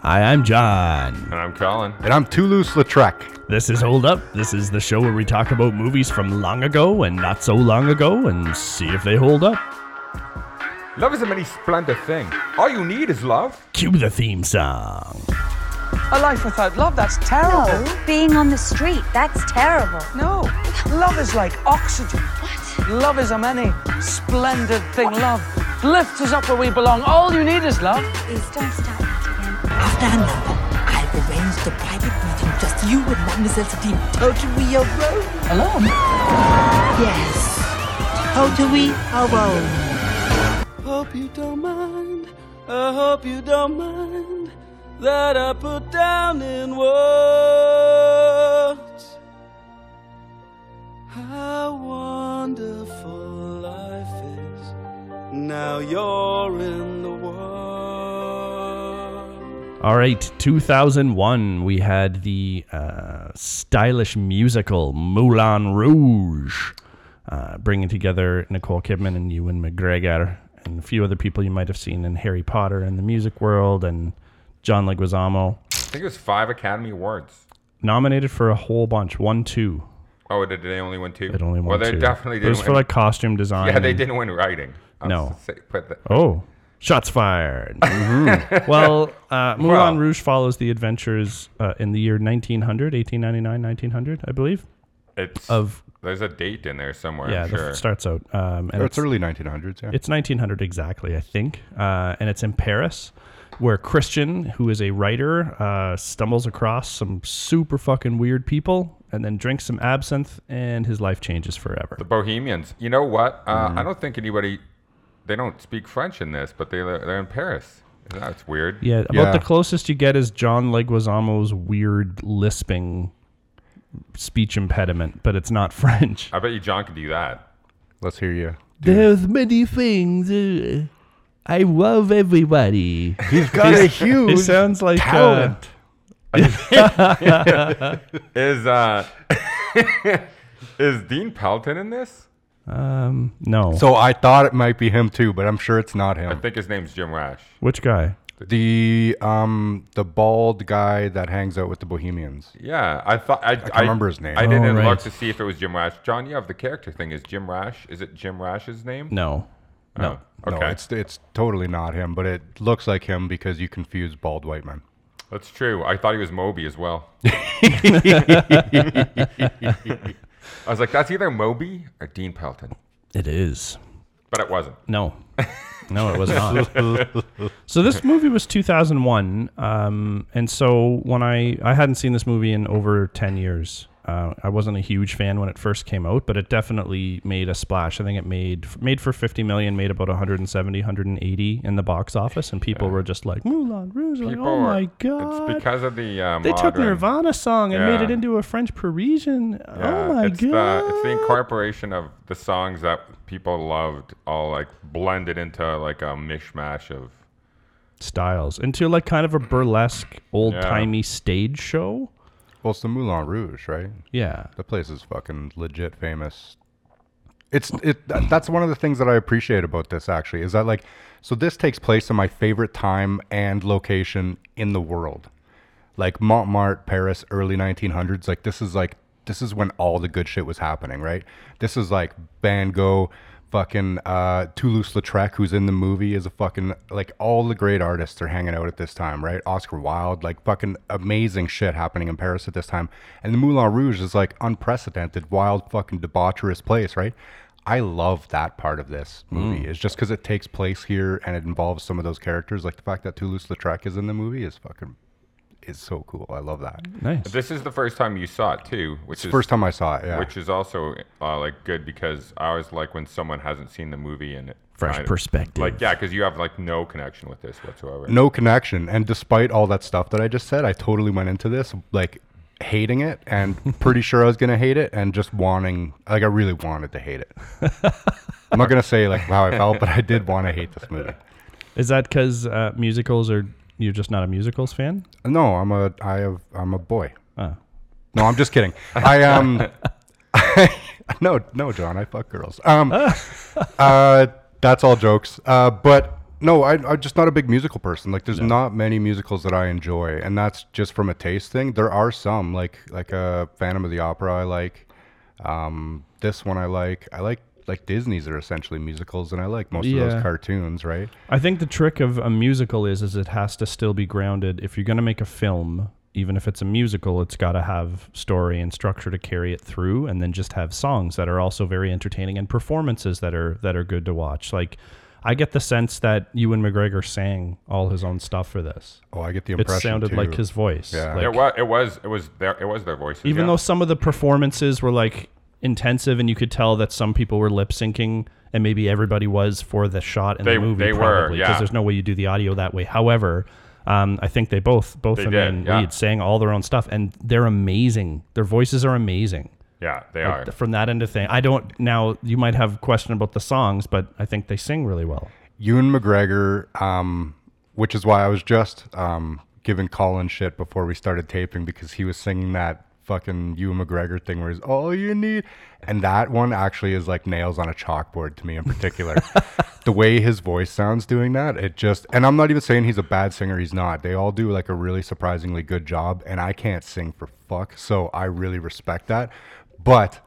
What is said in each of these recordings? Hi, I'm John. And I'm Colin. And I'm Toulouse Lautrec. This is Hold Up. This is the show where we talk about movies from long ago and not so long ago and see if they hold up. Love is a many splendor thing. All you need is love. Cue the theme song. A life without love, that's terrible. No, Oh, being on the street, that's terrible. No. Love is like oxygen. What? Love is a many splendid thing, love. Lifts us up where we belong. All you need is love. Please don't start that again. After another, I've arranged a private meeting, just you and Mademoiselle Satine, totally alone. Alone? Yes, totally alone. Hope you don't mind. I hope you don't mind that I put down in words how wonderful life is. Now you're in the world. All right, 2001, we had the uh, stylish musical Moulin Rouge, uh, bringing together Nicole Kidman and Ewan McGregor and a few other people you might have seen in Harry Potter and the music world and John Leguizamo. I think it was five Academy Awards. Nominated for a whole bunch, one, two. Oh, did they only win two? It only won Well, they two. definitely It didn't was win. for like costume design. yeah, they and- didn't win writing. I No. was gonna say, but the- Oh, shots fired. well, uh, Moulin Well. Rouge follows the adventures uh, in the year 1900, 1899, 1900, I believe. it's Of there's a date in there somewhere. yeah, I'm the f- sure. starts out. Um, and Or it's, it's early 1900s, yeah. it's 1900 exactly, I think, uh, and it's in Paris, where Christian, who is a writer, uh, stumbles across some super fucking weird people, and then drinks some absinthe, and his life changes forever. the Bohemians. You know what? Uh, Mm-hmm. I don't think anybody. They don't speak French in this, but they they're in Paris. That's weird. Yeah, about Yeah. the closest you get is John Leguizamo's weird lisping speech impediment, but it's not French. I bet you John could do that. Let's hear you. There's many things. uh, I love everybody. He's got a huge It sounds like uh, talent. Is uh, is Dean Pelton in this? um no. so I thought it might be him too, but I'm sure it's not I him. think his name's Jim Rash. Which guy? The um the bald guy that hangs out with the Bohemians. Yeah, I thought I, I remember his name. I Oh, didn't right. look to see if it was Jim Rash. John, you have the character thing. Is Jim Rash? Is it Jim Rash's name? No. No. Oh, okay, No, it's it's totally not him, but it looks like him because you confuse bald white men. that's true. I thought he was Moby as well. I was like, that's either Moby or Dean Pelton, It is. but it wasn't. No. No, it was not. so this movie was 2001, um, and so when I I hadn't seen this movie in over 10 years. Uh, I wasn't a huge fan when it first came out, but it definitely made a splash. I think it made made for 50 million, made about 170, 180 in the box office, and people were just like Moulin Rouge, like, People oh are- my god! It's because of the uh, they took modern- Nirvana song and made Yeah. it into a French Parisian. Yeah, oh my it's god! The, it's the incorporation of the songs that people loved, all like blended into like a mishmash of. styles into like kind of a burlesque old timey stage show. Well, it's the Moulin Rouge, right? Yeah. The place is fucking legit famous. It's it. th- That's one of the things that I appreciate about this actually is that like, so this takes place in my favorite time and location in the world, like Montmartre, Paris, early 1900s. Like this is like this is when all the good shit was happening, right? This is like Van Gogh, fucking uh, Toulouse-Lautrec, who's in the movie, is a fucking like all the great artists are hanging out at this time, right? Oscar Wilde, like fucking amazing shit happening in Paris at this time, and the Moulin Rouge is like unprecedented, wild, fucking debaucherous place, right? I love that part of this movie. It's just because it takes place here and it involves some of those characters. Like the fact that Toulouse-Lautrec is in the movie is fucking is so cool. I love that. Nice. This is the first time you saw it too, which is First time I saw it, yeah. which is also uh, like good because I always like when someone hasn't seen the movie and it Fresh kind of- perspective. Like yeah, because you have like no connection with this whatsoever. no connection. And despite all that stuff that I just said, I totally went into this like hating it and pretty sure I was gonna hate it and just wanting like I really wanted to hate it. I'm not gonna say like how I felt, but I did want to hate this movie. Is that because uh, musicals are you're just not a musicals fan? No, I'm a I have I'm a boy. Oh. No, I'm just kidding. I um no no John, I fuck girls. Um uh that's all jokes. Uh but No, I, I'm just not a big musical person. Like, there's not many musicals that I enjoy, and that's just from a taste thing. There are some, like like uh, Phantom of the Opera, I like. Um, this one I like. I like like Disney's are essentially musicals, and I like most of Yeah. those cartoons, right? I think the trick of a musical is is it has to still be grounded. If you're going to make a film, even if it's a musical, it's got to have story and structure to carry it through, and then just have songs that are also very entertaining and performances that are that are good to watch. Like, I get the sense that Ewan McGregor sang all his own stuff for this. Oh, I get the It impression sounded too. like his voice. Yeah. Like, it was it was it was their it was their voices. even yeah. though some of the performances were like intensive, and you could tell that some people were lip syncing, and maybe everybody was for the shot in They- the movie. they were, probably, yeah. there's no way you do the audio that way. However, um, I think they both both They of did, them and yeah. lead sang all their own stuff, and they're amazing. Their voices are amazing. yeah, they Like, are. From that end of thing, I don't now. You might have question about the songs, but I think they sing really well. Ewan McGregor, um, which is why I was just um, giving Colin shit before we started taping because he was singing that fucking Ewan McGregor thing where he's all you need, and that one actually is like nails on a chalkboard to me in particular. the way his voice sounds doing that, it just and I'm not even saying he's a bad singer. He's not. They all do like a really surprisingly good job, and I can't sing for fuck, so I really respect that. But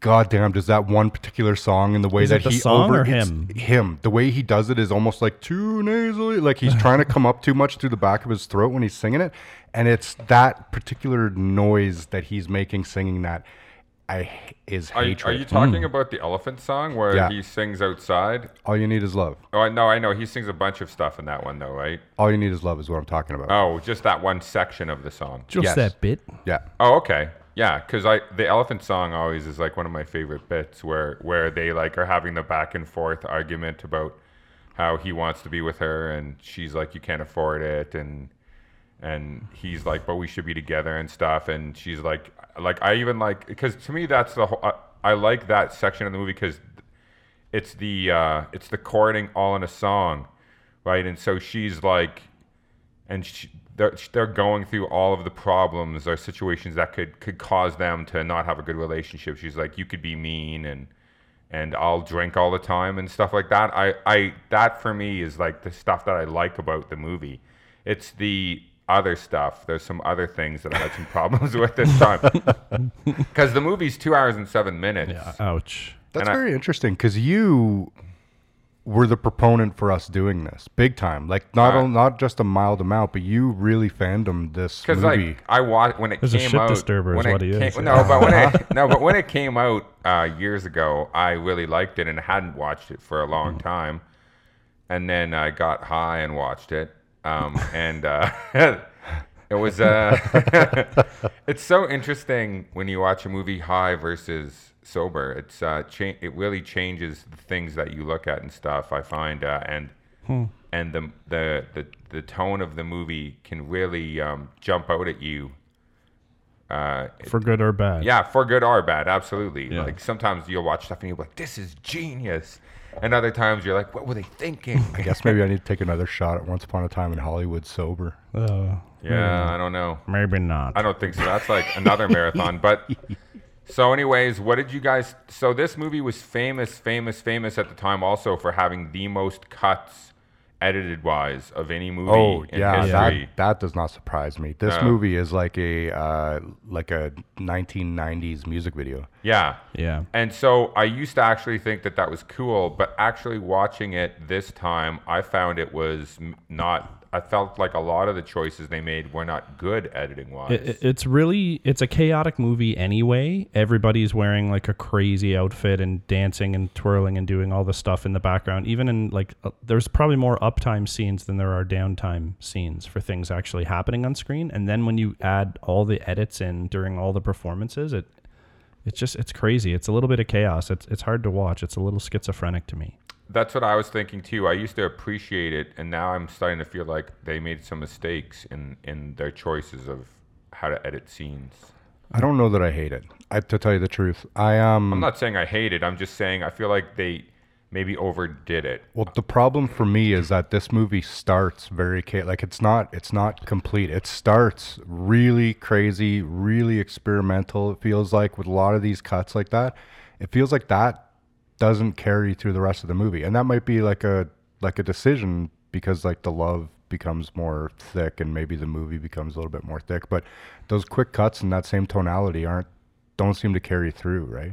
goddamn, does that one particular song and the way Is that it the he song over or it's- him? him. The way he does it is almost like too nasally. Like he's trying to come up too much through the back of his throat when he's singing it. And it's that particular noise that he's making singing that I h- is Are, you- hatred. are you talking Mm. about the elephant song where Yeah. he sings outside? All you need is love. Oh no, I know he sings a bunch of stuff in that one though, right? All you need is love is what I'm talking about. Oh, just that one section of the song. Just Yes. that bit. yeah. Oh, okay. Yeah, because I the elephant song always is like one of my favorite bits where where they like are having the back and forth argument about how he wants to be with her and she's like you can't afford it and and he's like but we should be together and stuff and she's like like I even like because to me that's the whole I, I like that section of the movie because it's the uh, it's the chording all in a song, right? And so she's like, and she, they're they're going through all of the problems or situations that could could cause them to not have a good relationship. She's like, you could be mean and and I'll drink all the time and stuff like that. I I that for me is like the stuff that I like about the movie. It's the other stuff. There's some other things that I had some problems with this time because the movie's two hours and seven minutes. Ouch. That's And I- very interesting because you were the proponent for us doing this big time. Like not Uh, on- not just a mild amount, but you really fandomed this Because movie. like I watched when it There's a came shit out. disturber is when it what he came- is. No, but when it no, but when it came out uh, years ago, I really liked it and hadn't watched it for a long Mm. time. And then I got high and watched it, um, and uh, it was. Uh, it's so interesting when you watch a movie high versus sober. It's uh, cha- it really changes the things that you look at and stuff. I find uh, and Hmm. and the, the the the tone of the movie can really um, jump out at you. Uh, For good or bad. yeah, for good or bad, absolutely. Like sometimes you'll watch stuff and you'll be like, "This is genius," and other times you're like, "What were they thinking?" I guess maybe I need to take another shot at Once Upon a Time in Hollywood sober. Uh, yeah, I don't know. maybe not. I don't think so. That's like another marathon. But so, anyways, what did you guys? So this movie was famous, famous, famous at the time, also for having the most cuts, edited wise, of any movie in history. Oh, that, that does not surprise me. This movie is like a uh, like a 1990s music video. Yeah. Yeah. And so I used to actually think that that was cool, but actually watching it this time, I found it was m- not. I felt like a lot of the choices they made were not good editing wise. It- it- it's really it's a chaotic movie anyway. Everybody's wearing like a crazy outfit and dancing and twirling and doing all the stuff in the background. Even in like uh, there's probably more uptime scenes than there are downtime scenes for things actually happening on screen. And then when you add all the edits in during all the performances, it it's just it's crazy. It's a little bit of chaos. It's it's hard to watch. It's a little schizophrenic to me. That's what I was thinking too. I used to appreciate it, and now I'm starting to feel like they made some mistakes in in their choices of how to edit scenes. I don't know that I hate it. I, to tell you the truth, I um I'm not saying I hate it. I'm just saying I feel like they maybe overdid it. well the problem for me is that this movie starts very ca- like it's not it's not complete. It starts really crazy, really experimental. It feels like with a lot of these cuts like that, it feels like that doesn't carry through the rest of the movie. And that might be like a like a decision because like the love becomes more thick and maybe the movie becomes a little bit more thick but those quick cuts and that same tonality aren't don't seem to carry through right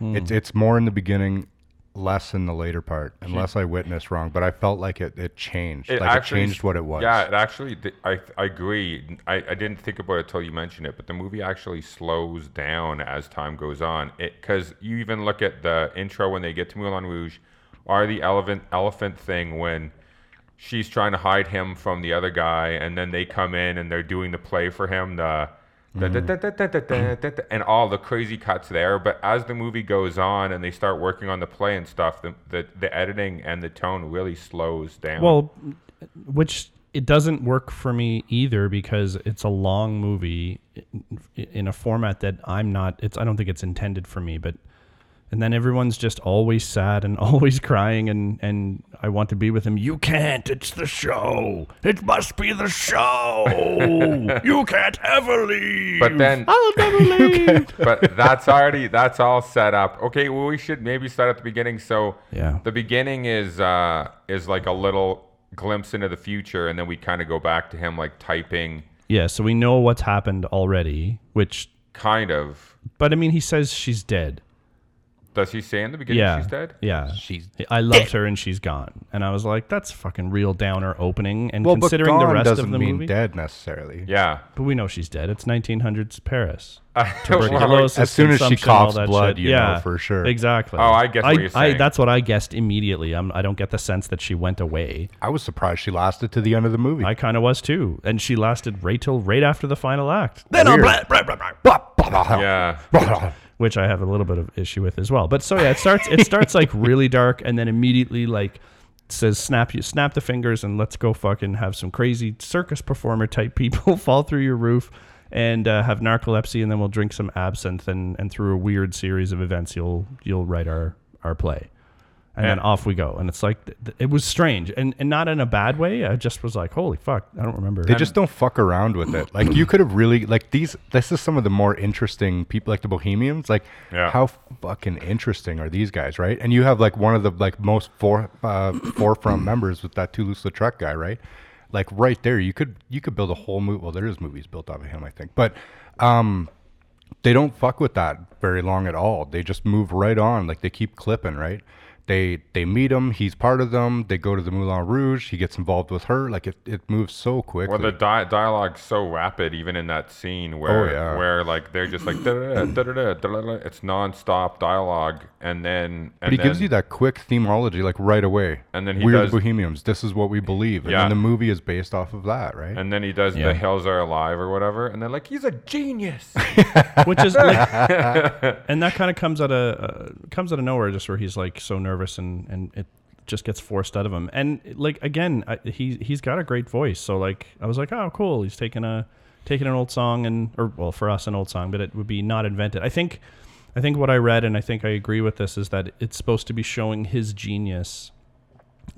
it's it's more in the beginning less in the later part unless i witnessed wrong but i felt like it it changed like it changed what it was Yeah, it actually. di- I I agree. I, I didn't think about it till you mentioned it, but the movie actually slows down as time goes on. It because you even look at the intro when they get to Moulin Rouge, or the elephant elephant thing when she's trying to hide him from the other guy, and then they come in and they're doing the play for him. The da- Mm-hmm. da- da- da- da- da- da- da- da- and all the crazy cuts there, but as the movie goes on and they start working on the play and stuff, the the, the editing and the tone really slows down. Well, which it doesn't work for me either because it's a long movie i- in a format that I'm not. It's I don't think it's intended for me. But and then everyone's just always sad and always crying and and I want to be with him. You can't. It's the show. It must be the show. you can't ever leave. But then- I'll never leave. but that's already that's all set up. Okay, well we should maybe start at the beginning. So Yeah. the beginning is uh is like a little glimpse into the future, and then we kind of go back to him like typing, yeah. So we know what's happened already. Which, kind of. but I mean, he says she's dead. Does he say in the beginning yeah, she's dead? Yeah, She's I loved her and she's gone, and I was like, that's a fucking real downer opening. And well but considering gone the rest doesn't of the mean movie, dead necessarily Yeah. but we know she's dead. It's 1900s Paris. Well, Tuberculosis, As soon as she consumption, all coughs that blood, shit. you know yeah, for sure. Exactly. Oh, I get what you're saying. that's what I guessed immediately. I'm, I don't get the sense that she went away. i was surprised she lasted to the end of the movie I kind of was too, and she lasted right till right after the final act. Then Weird. yeah. which I have a little bit of issue with as well. But so yeah, it starts it starts like really dark and then immediately like says snap you snap the fingers and let's go fucking have some crazy circus performer type people fall through your roof and uh, have narcolepsy and then we'll drink some absinthe and and through a weird series of events you'll you'll write our our play. And then Yeah. off we go, and it's like th- th- it was strange, and, and not in a bad way. I just was like, "Holy fuck!" I don't remember. They just don't fuck around with it. Like you could have really like these. This is some of the more interesting people, like the Bohemians. Like Yeah. how fucking interesting are these guys, right? And you have like one of the like most for, uh, forefront members with that Toulouse-Lautrec guy, right? Like right there, you could you could build a whole movie. Well, there is movies built off of him, I think, but um, they don't fuck with that very long at all. They just move right on, like they keep clipping, right? They they meet him, he's part of them. They go to the Moulin Rouge, he gets involved with her. Like it, it moves so quickly. Well, the di- dialogue's so rapid, even in that scene where Oh, yeah. where like they're just like da-da-da, da-da-da, da-da-da. it's nonstop dialogue, and then and But he then, gives you that quick themology like right away. And then he We're does- the Bohemians. This is what we believe. And Yeah. then the movie is based off of that, right? and then he does Yeah. the hills are alive or whatever, and they're like he's a genius. which is like, and that kind of comes out of uh, comes out of nowhere just where he's like so nervous and and it just gets forced out of him and like again I, he he's got a great voice so like i was like oh cool he's taking a taking an old song and or well for us an old song but it would be not invented i think i think what i read and i think i agree with this is that it's supposed to be showing his genius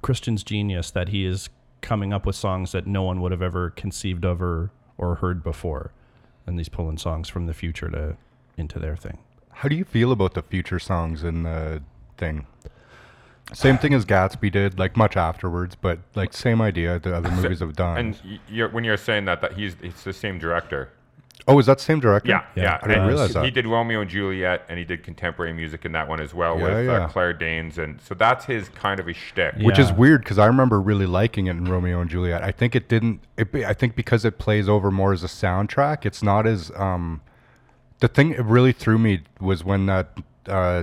christian's genius that he is coming up with songs that no one would have ever conceived of or or heard before and he's pulling songs from the future to into their thing. How do you feel about the future songs in the thing? Same thing as Gatsby did, like much afterwards, but like same idea the other movies have done. And y- you're, when you're saying that, that he's it's the same director. oh, is that same director? Yeah, yeah. I didn't And realize He that. did Romeo and Juliet, and he did contemporary music in that one as well Yeah, with yeah. Uh, Claire Danes, and so that's his kind of a shtick. Which is Yeah. weird because I remember really liking it in Romeo and Juliet. I think it didn't. It, be- I think because it plays over more as a soundtrack, it's not as. Um, the thing that really threw me was when that uh,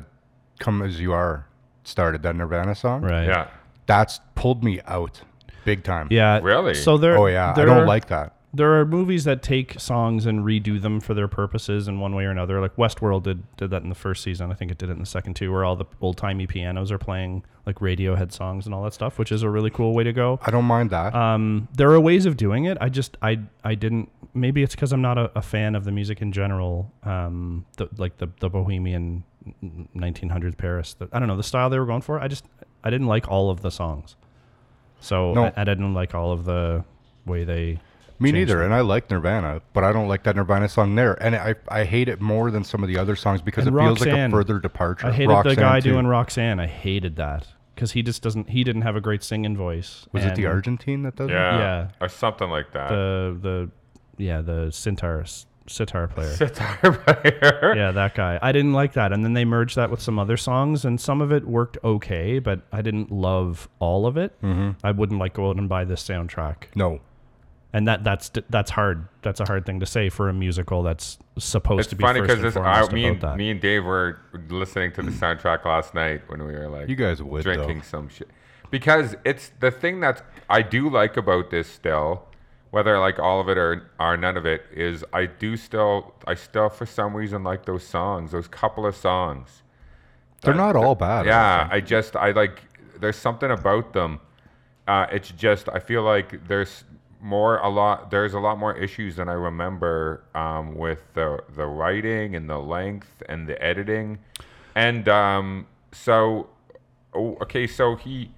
"Come as You Are" started that Nirvana song. Right. Yeah, That's pulled me out, big time. Yeah. Really? So there. Oh yeah. There I don't are, like that. There are movies that take songs and redo them for their purposes in one way or another. Like Westworld did did that in the first season. I think it did it in the second too, where all the old timey pianos are playing like Radiohead songs and all that stuff, which is a really cool way to go. I don't mind that. Um, there are ways of doing it. I just I I didn't. Maybe it's because I'm not a, a fan of the music in general. Um, the, like the the Bohemian 1900s Paris. The, I don't know the style they were going for. I just I didn't like all of the songs. So No. I, I didn't like all of the way they. me changed neither. it. And I like Nirvana, but I don't like that Nirvana song there. And I I hate it more than some of the other songs because And it feels like a Roxanne. further departure. I hated Roxanne the guy too. doing Roxanne. I hated that. because he just doesn't. He didn't have a great singing voice. Was it the and Argentine that does it? Yeah. Yeah. Or something like that. The the yeah the sitar sitar player. Sitar player. yeah, that guy. I didn't like that. And then they merged that with some other songs, and some of it worked okay, but I didn't love all of it. Mm-hmm. I wouldn't like go out and buy this soundtrack. No. And that that's that's hard. That's a hard thing to say for a musical that's supposed It's to be funny first because and this, foremost I, me, about that. and, me and Dave were listening to the soundtrack last night when we were like, You guys would, though. drinking some shit because it's the thing that's I do like about this still, whether I like all of it or or none of it is I do still I still for some reason like those songs, those couple of songs. They're not all bad. Yeah, I just I like there's something about them. Uh, it's just I feel like there's more a lot there's a lot more issues than I remember um, with the the writing and the length and the editing, and um, so oh, okay, so he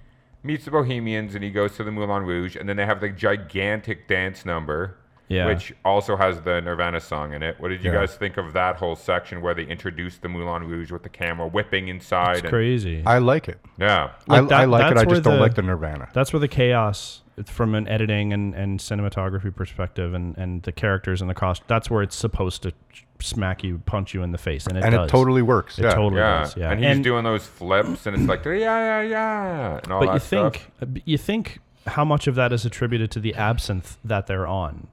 meets the Bohemians and he goes to the Moulin Rouge, and then they have the gigantic dance number. Yeah. Which also has the Nirvana song in it. What did you Yeah. guys think of that whole section where they introduced the Moulin Rouge with the camera whipping inside? it's and- crazy. I like it. yeah. Like I, that- I like it. that's I where just don't the- like the Nirvana. That's where the chaos from an editing and, and cinematography perspective and, and the characters and the cost that's where it's supposed to smack you punch you in the face and it and does. it totally works. it yeah. totally Yeah. does yeah And he's doing those flips and it's like, yeah, yeah, yeah. And all but that you think stuff. you think how much of that is attributed to the absinthe that they're on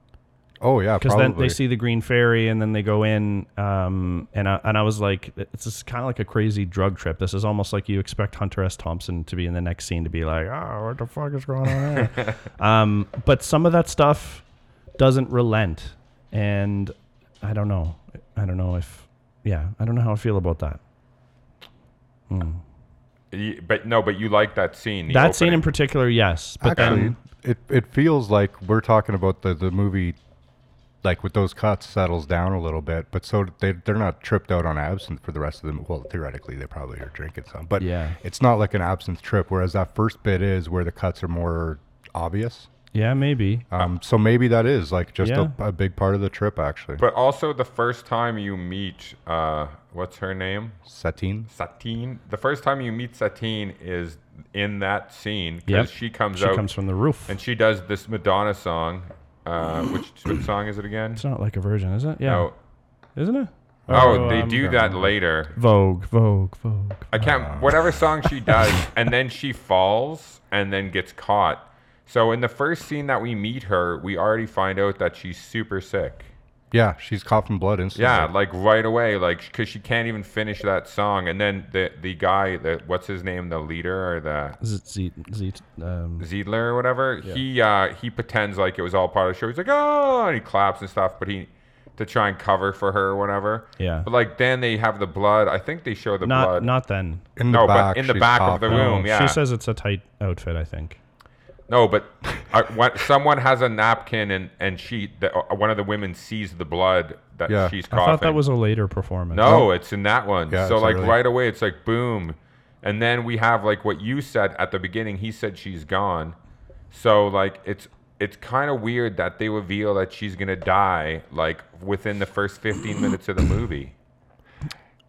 Oh yeah, because probably. then they see the green fairy and then they go in um, and I, and I was like it's just kind of like a crazy drug trip this is almost like you expect Hunter S Thompson to be in the next scene to be like oh what the fuck is going on here um, but some of that stuff doesn't relent and I don't know I don't know if yeah I don't know how I feel about that Y- But no, but you like that scene. the that scene in opening. particular yes but Actually, then it it feels like we're talking about the the movie, like with those cuts, settles down a little bit. But so they they're not tripped out on absinthe for the rest of them. Well, theoretically, they probably are drinking some, but Yeah. it's not like an absinthe trip. Whereas that first bit is where the cuts are more obvious. yeah maybe Um, so maybe that is like just Yeah. a, a big part of the trip, actually. But also the first time you meet, uh, what's her name? Satine. Satine. The first time you meet Satine is in that scene Yep. because she comes she out comes from the roof and she does this Madonna song. Uh, which, which song is it again? it's not like a virgin is it yeah Oh, isn't it oh, they um, do that later. Vogue, Vogue, Vogue. I can't. Uh. whatever song she does, and then she falls and then gets caught. So in the first scene that we meet her, we already find out that she's super sick. Yeah, she's coughing blood instantly. Yeah, like right away, like because she can't even finish that song. And then the the guy, the what's his name, the leader or the Is it Z? Z um, Ziedler or whatever, he uh, he pretends like it was all part of the show. He's like, oh, and he claps and stuff, but he to try and cover for her or whatever. Yeah. But like then they have the blood. I think they show the not blood. not then. Oh, in the no, but back, in the she's back of the coughing. room, yeah. She says it's a tight outfit. I think. No, but uh, what, someone has a napkin and and she the, uh, one of the women sees the blood that Yeah. she's I coughing. thought that was a later performance. no, it's in that one. Yeah, so it's like early. right away, it's like boom, and then we have like what you said at the beginning. He said she's gone, so like it's it's kind of weird that they reveal that she's gonna die like within the first fifteen minutes of the movie.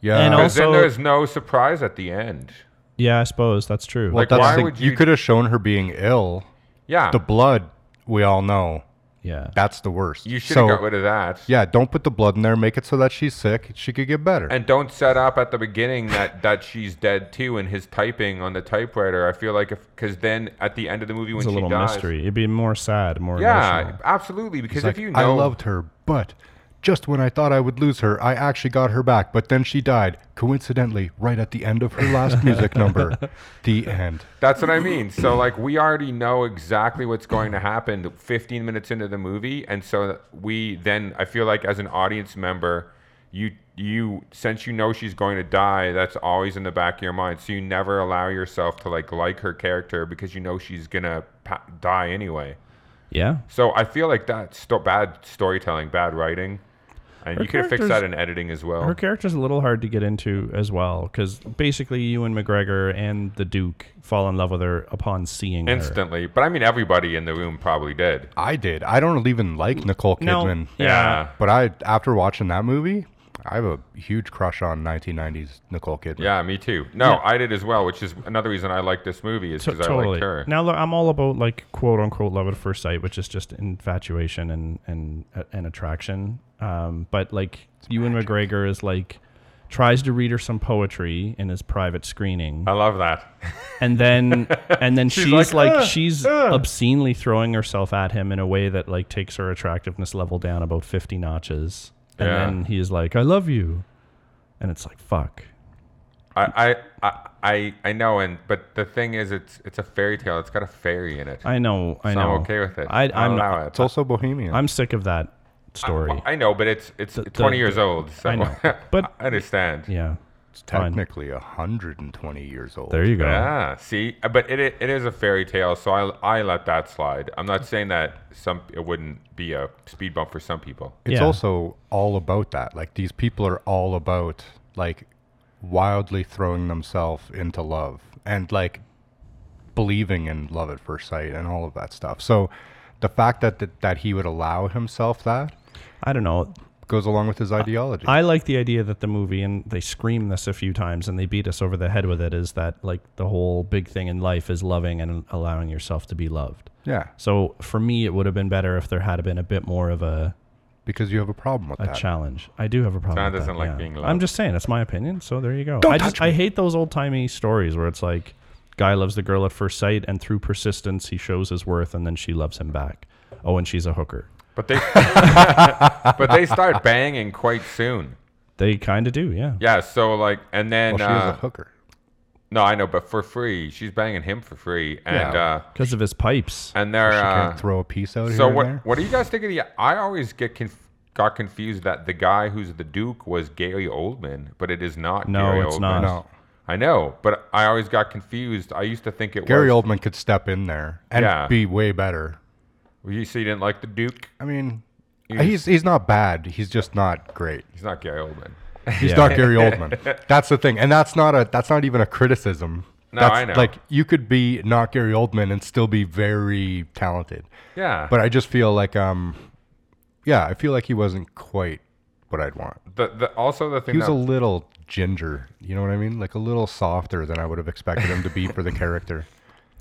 Yeah, And Because then Also- there's no surprise at the end. Yeah, I suppose that's true. Well, Like, that's the why thing. would you? you- Ah. could have shown her being ill. Yeah, The blood, we all know, yeah. that's the worst. you should So, have got rid of that. Yeah, don't put the blood in there. Make it so that she's sick. She could get better. And don't set up at the beginning that that she's dead too, and his typing on the typewriter. I feel like if because then at the end of the movie when it's a she little dies, mystery. It'd be more sad, more yeah, emotional. absolutely. Because It's like, if you know, I loved her, but just when I thought I would lose her, I actually got her back. But then she died, coincidentally, right at the end of her last music number. The end. that's what I mean. So like we already know exactly what's going to happen 15 minutes into the movie, and so we then I feel like as an audience member, you you since you know she's going to die, that's always in the back of your mind. So you never allow yourself to like like her character because you know she's gonna pa- die anyway. Yeah. So I feel like that's sto- bad storytelling, bad writing, and Her you could fix that characters- in editing as well. Her character's a little hard to get into as well, because basically you and McGregor and the Duke fall in love with her upon seeing her. Instantly, but I mean everybody in the room probably did. I did. I don't even like Nicole No. Kidman. Yeah. Yeah. But I, after watching that movie, I have a huge crush on 1990s Nicole Kidman. Yeah, me too. No, I did as well, which is another reason I like this movie is T- because I liked her. Now look, I'm all about like quote unquote love at first sight, which is just infatuation and and uh, and attraction. Um, but like Ewan McGregor is like tries to read her some poetry in his private screening, I love that. and then and then she's, Oh. like, like, "Uh, she's obscenely throwing herself at him in a way that like takes her attractiveness level down about 50 notches, and Yeah. then he's like, "I love you," and it's like fuck. I, I, I, I, I know, and but the thing is, it's it's a fairy tale. It's got a fairy in it. I know, I So know. I'm okay with it. I, I'll I'm allow not, it. It's also Bohemian. I'm sick of that story. Well, I know, but it's it's 20 the- years old. So I know, but- I understand. Yeah. Yeah. it's fine. technically 120 years old. There you go. see, uh, but it i- it is a fairy tale, so I I let that slide. I'm not saying that some it wouldn't be a speed bump for some people. It's Yeah. also all about that. Like these people are all about like wildly throwing themselves into love and like believing in love at first sight and all of that stuff. So the fact that that, that he would allow himself that I don't know. goes along with his ideology. I like the idea that the movie, and they scream this a few times and they beat us over the head with it, is that like the whole big thing in life is loving and allowing yourself to be loved. yeah, So for me, it would have been better if there had been a bit more of a, because you have a problem with a that. challenge. I do have a problem. John with that, doesn't like yeah. being loved. I'm just saying, that's my opinion. So there you go. I just I hate those old timey stories where it's like, guy loves the girl at first sight, and through persistence, he shows his worth, and then she loves him back. Oh, and she's a hooker. But they but they start banging quite soon. They kind of do, yeah. Yeah, so like, and then well, she is uh, a hooker. no, I know, but for free, she's banging him for free, and Yeah. uh, Because of his pipes. and they're She uh, can't throw a piece out so here what? and there. What do you guys think of the? I always get conf- got confused that the guy who's the Duke was Gary Oldman, but it is not. No, Gary it's Oldman. not. No. I know, but I always got confused. I used to think it Gary was. Oldman could step in there and Yeah. be way better. Oldman. You say you didn't like the Duke? I mean, he's he's not bad. He's just not great. He's not Gary Oldman. He's Yeah. not Gary Oldman. That's the thing, and that's not a that's not even a criticism. No, that's, I know. Like you could be not Gary Oldman and still be very talented. Yeah, But I just feel like um, yeah, I feel like he wasn't quite what I'd want. the, the also the thing He was that, a little ginger. You know what I mean? Like a little softer than I would have expected him to be for the character.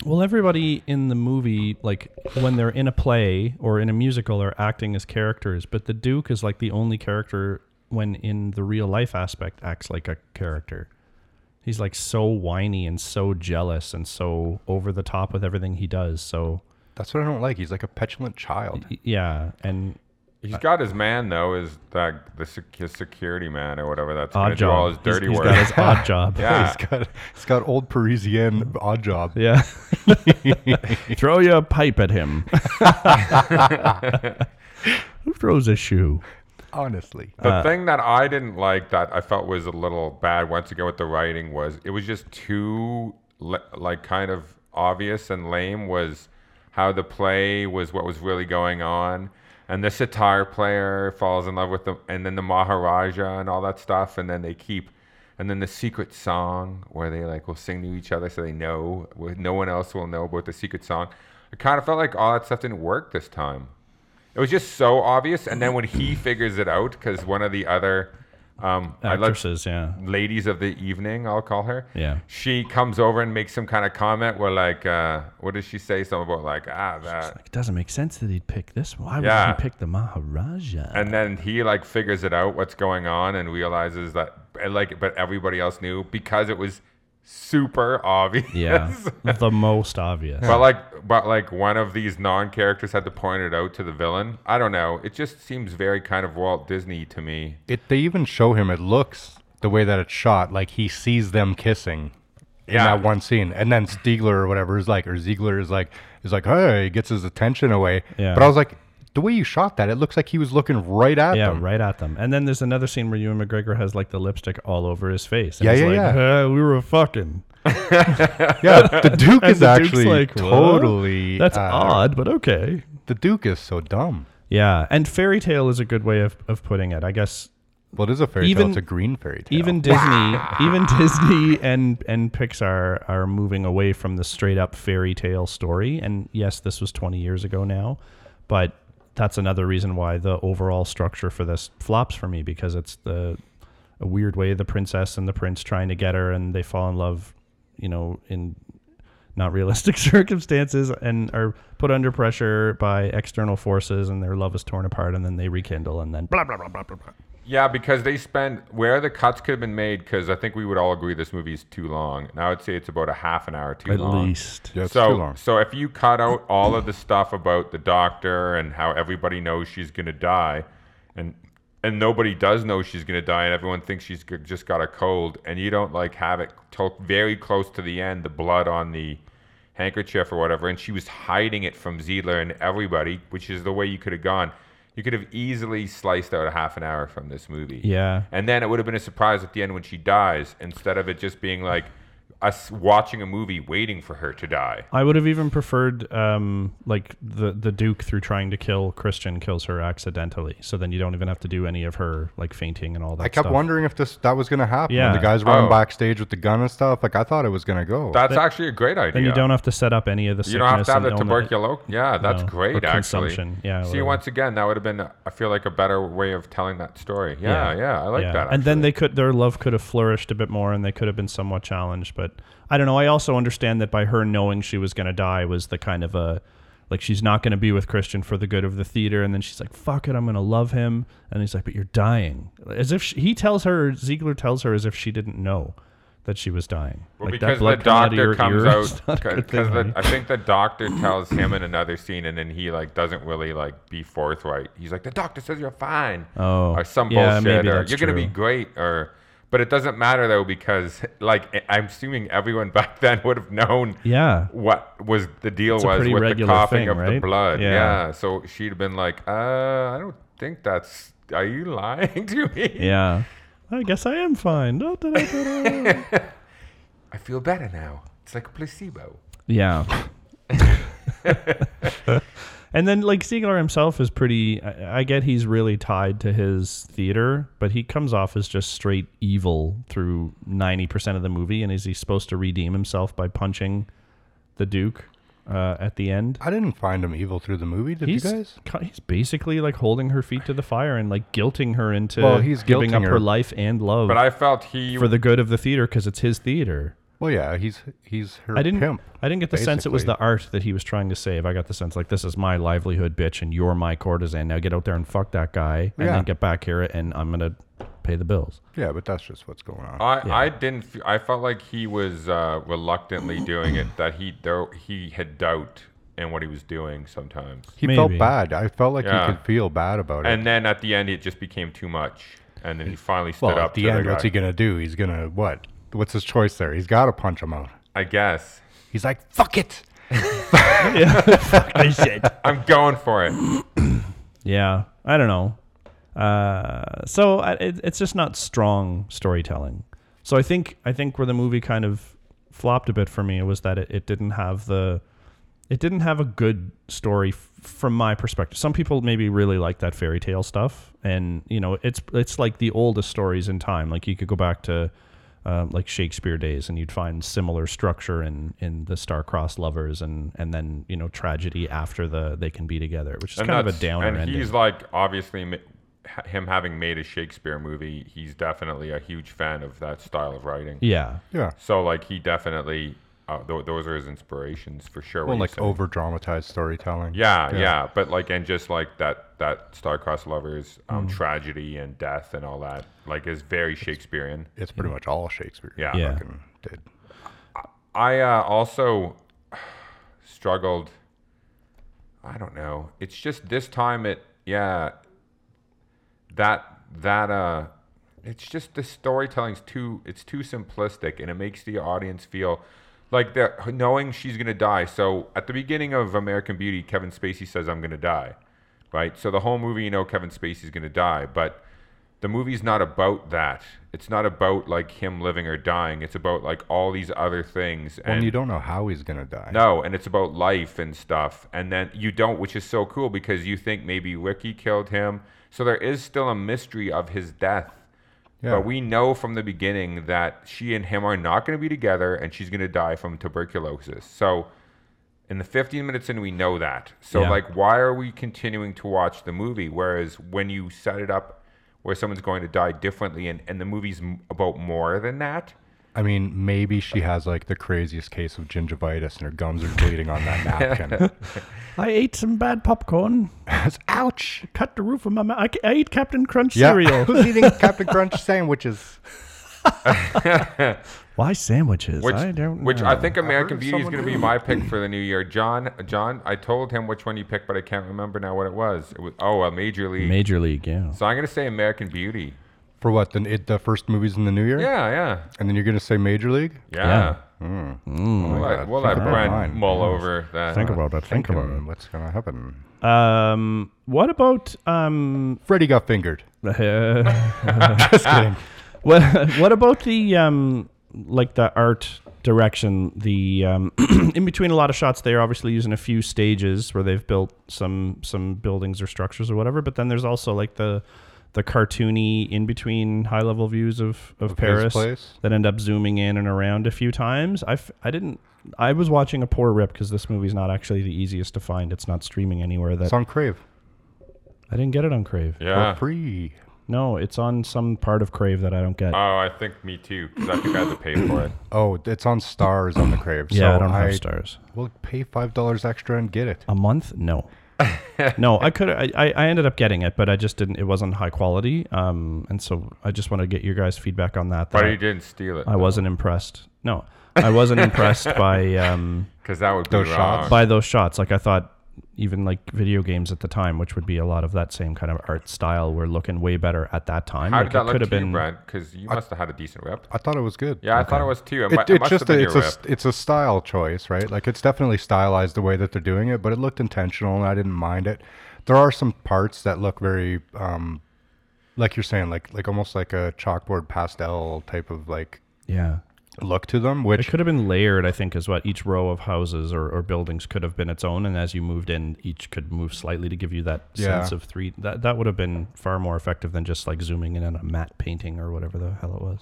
Well, everybody in the movie, like when they're in a play or in a musical, are acting as characters, but the Duke is like the only character when in the real life aspect acts like a character. He's like so whiny and so jealous and so over the top with everything he does. So, That's what I don't like. He's like a petulant child. y- yeah. And he's got his man though. Is that the sec- his security man or whatever that's odd gonna do job. all his He's- dirty he's work? got his odd job. yeah, He's got he's got old Parisian odd job. Yeah. Throw your pipe at him. Who throws a shoe? Honestly, The thing that I didn't like that I felt was a little bad once again with the writing was it was just too le- like kind of obvious and lame was how the play was what was really going on and the sitar player falls in love with them and then the maharaja and all that stuff and then they keep and then the secret song where they like will sing to each other so they know where no one else will know about the secret song I kind of felt like all that stuff didn't work this time it was just so obvious. And then when he figures it out, because one of the other um, I like- Actresses, yeah. ladies of the evening, I'll call her. Yeah. She comes over and makes some kind of comment where, like, uh, what does she say? Something about, like, ah, that. It doesn't make sense that he'd pick this one. Why Yeah. would he pick the Maharaja? And then he, like, figures it out, what's going on, and realizes that, and, like, but everybody else knew because it was super obvious. yeah, the most obvious. But like, but like, one of these non-characters had to point it out to the villain. I don't know. It just seems very kind of Walt Disney to me. It they even show him it looks the way that it's shot, like he sees them kissing in Yeah. that one scene. And then Stiegler or whatever is like or Ziegler is like is like, hey, gets his attention away. Yeah. But I was like, the way you shot that, it looks like he was looking right at yeah, them. right at them. And then there's another scene where Ewan McGregor has like the lipstick all over his face. And Yeah, he's yeah, like, yeah. "Uh, we were fucking. Yeah. The Duke And is the Duke's actually like, "What? totally That's uh, odd, but okay. The Duke is so dumb. Yeah, and fairy tale is a good way of, of putting it. I guess Well, it is a fairy Even- tale. It's a green fairy tale. even Disney, even Disney and and Pixar are moving away from the straight up fairy tale story. And yes, this was 20 years ago now, but that's another reason why the overall structure for this flops for me because it's the a weird way the princess and the prince trying to get her and they fall in love you know in not realistic circumstances and are put under pressure by external forces and their love is torn apart and then they rekindle and then blah blah blah blah blah blah Yeah, because they spend where the cuts could have been made. Because I think we would all agree this movie is too long, and I would say it's about a half an hour too at long. least Yeah, it's so, too long. so if you cut out all of the stuff about the doctor and how everybody knows she's gonna die, and and nobody does know she's gonna die, and everyone thinks she's g- just got a cold, and you don't like have it till very close to the end, the blood on the handkerchief or whatever, and she was hiding it from Ziedler and everybody, which is the way you could have gone. You could have easily sliced out a half an hour from this movie. Yeah. And then it would have been a surprise at the end when she dies instead of it just being like us watching a movie waiting for her to die. I would have even preferred um, like the the Duke through trying to kill Christian kills her accidentally. So then you don't even have to do any of her like fainting and all that. I kept stuff. wondering if this that was gonna happen. Yeah. When the guys running Oh. backstage with the gun and stuff. Like I thought it was gonna go. That's actually a great idea. Then you don't have to set up any of the. You don't have sickness to have and the illness. tuberculosis. Yeah, that's No, great. or actually, consumption, yeah, See, whatever. once again, that would have been, I feel like, a better way of telling that story. Yeah, yeah, I like Yeah. that. And then actually. they could their love could have flourished a bit more, and they could have been somewhat challenged. But I don't know. I also understand that by her knowing she was going to die was the kind of a like she's not going to be with Christian for the good of the theater, and then she's like, "Fuck it, I'm going to love him," and he's like, "But you're dying," as if she, he tells her Ziegler tells her as if she didn't know that she was dying. Well, like because the blood coming out of doctor your comes ear is out, not a good because thing, honey. I think the doctor tells him in another scene, and then he like doesn't really like be forthright. He's like, "The doctor says you're fine," Oh. or some Yeah, bullshit, maybe or that's "You're gonna be true. great," or. But it doesn't matter though because like I- I'm assuming everyone back then would have known Yeah. what was the a deal was pretty with the regular coughing thing, of the right? blood. Yeah. So she'd have been like, "Uh, I don't think that's. Are you lying to me? yeah. I guess I am fine. Da, da, da, da, da. I feel better now. It's like a placebo." Yeah. and then like Ziegler himself is pretty I, I get he's really tied to his theater, but he comes off as just straight evil through 90% of the movie and is he supposed to redeem himself by punching the duke uh, at the end? I didn't find him evil through the movie. Did He's, you guys? ki- he's basically like holding her feet to the fire and like guilting her into Well, he's giving up guilting her. her. life and love But I felt he for the good of the theater because it's his theater. Well, yeah. He's he's her I didn't. pimp. I didn't get the sense it was the basically. art that he was trying to save. I got the sense like this is my livelihood, bitch, and you're my courtesan. Now get out there and fuck that guy, and Yeah. then get back here, and I'm gonna pay the bills. Yeah, but that's just what's going on. I, I didn't. Fe- I felt like he was uh, reluctantly doing it. That he though he had doubt in what he was doing sometimes. he maybe. felt bad. I felt like Yeah. he could feel bad about it. And then at the end, it just became too much. And then he finally stood well, up. at the to end, guy. what's he gonna do? He's gonna what? What's his choice there? He's got to punch him out. I guess He's like, fuck it. I'm going for it. Yeah, I don't know. Uh, so I, it, it's just not strong storytelling. So I think I think where the movie kind of flopped a bit for me was that it, it didn't have the it didn't have a good story f- from my perspective. Some people maybe really like that fairy tale stuff, and you know it's it's like the oldest stories in time. Like you could go back to um, like Shakespeare days, and you'd find similar structure in in the star-crossed lovers, and and then you know tragedy after the they can be together, which is And kind of a that's- downer And ending. he's like obviously ma- ha- him having made a Shakespeare movie. He's definitely a huge fan of that style of writing. yeah, Yeah. So like he definitely uh, th- those are his inspirations for sure. what Well, you like oh, said. over dramatized storytelling. Yeah, yeah, but like, and just like that, that star-crossed lovers, um, Mm-hmm. tragedy and death and all that, like, is very Shakespearean. It's pretty much all Shakespeare. Yeah. Yeah. fucking did. I uh, also struggled. I don't know. It's just this time. It yeah. That that uh, it's just the storytelling's too. It's too simplistic, and it makes the audience feel like they're knowing she's gonna die. So at the beginning of American Beauty, Kevin Spacey says, "I'm gonna die," right? So the whole movie, you know, Kevin Spacey's gonna die, but the movie's not about that. It's not about like him living or dying. It's about like all these other things. Well, and and you don't know how he's gonna die. no, and it's about life and stuff. And then you don't, which is so cool because you think maybe Ricky killed him. So there is still a mystery of his death. Yeah. But we know from the beginning that she and him are not going to be together and she's going to die from tuberculosis. So in the 15 minutes in, we know that. So, Yeah. like, why are we continuing to watch the movie? Whereas when you set it up, where someone's going to die differently, and, and the movie's m- about more than that. I mean, maybe she has like the craziest case of gingivitis and her gums are bleeding on that napkin. I ate some bad popcorn. Ouch! Cut the roof of my mouth. I, ca- I ate Captain Crunch Yeah. cereal. Who's eating Captain Crunch sandwiches? Why sandwiches? Which I don't. which know. I think American of Beauty is someone going to be who- my pick for the new year. John, John, I told him which one you picked, but I can't remember now what it was. It was oh, a Major League. Major League. Yeah. so I'm going to say American Beauty. For what? The, it, the first movies in the new year? Yeah, yeah, And then you're going to say Major League? yeah. We'll God. let, we'll Think let about Brent mine. mull over that. Think about it. Think about Thinking What's going to happen? it. Um, what about um? Freddy got fingered. uh, Just kidding. what What about the um? Like the art direction, the um, in between a lot of shots, they are obviously using a few stages where they've built some some buildings or structures or whatever. But then there's also like the the cartoony in between high level views of of, Paris place. that end up zooming in and around a few times. I f- I didn't. I was watching a poor rip because this movie's not actually the easiest to find. It's not streaming anywhere. That It's on Crave I didn't get it on Crave. Yeah. for free. No, it's on some part of Crave that I don't get. Oh, I think me too, because I think I had to pay for it. Oh, it's on Stars on the Crave. yeah, so I don't have stars. We'll pay five dollars extra and get it. A month? No. no, I could. I, I I ended up getting it, but I just didn't. It wasn't high quality. Um, and so I just want to get your guys' feedback on that. that But I, he didn't steal it. I wasn't impressed. No, I wasn't impressed by um because that would be Those wrong. shots. by those shots. Like I thought, even like video games at the time, which would be a lot of that same kind of art style, were looking way better at that time. How like did that it look could to have been you, Brent? Because you must have had a decent rep. I thought it was good. Yeah, I thought it was too. It, mu- It, it it's must just have been a, your it's a rep. s- it's a style choice, right? Like it's definitely stylized the way that they're doing it, but it looked intentional and I didn't mind it. There are some parts that look very, um, like you're saying, like like almost like a chalkboard pastel type of like yeah. look to them, It which could have been layered, I think, is what each row of houses or, or buildings could have been its own. And as you moved in, each could move slightly to give you that Yeah. sense of three. That that would have been far more effective than just like zooming in on a matte painting or whatever the hell it was.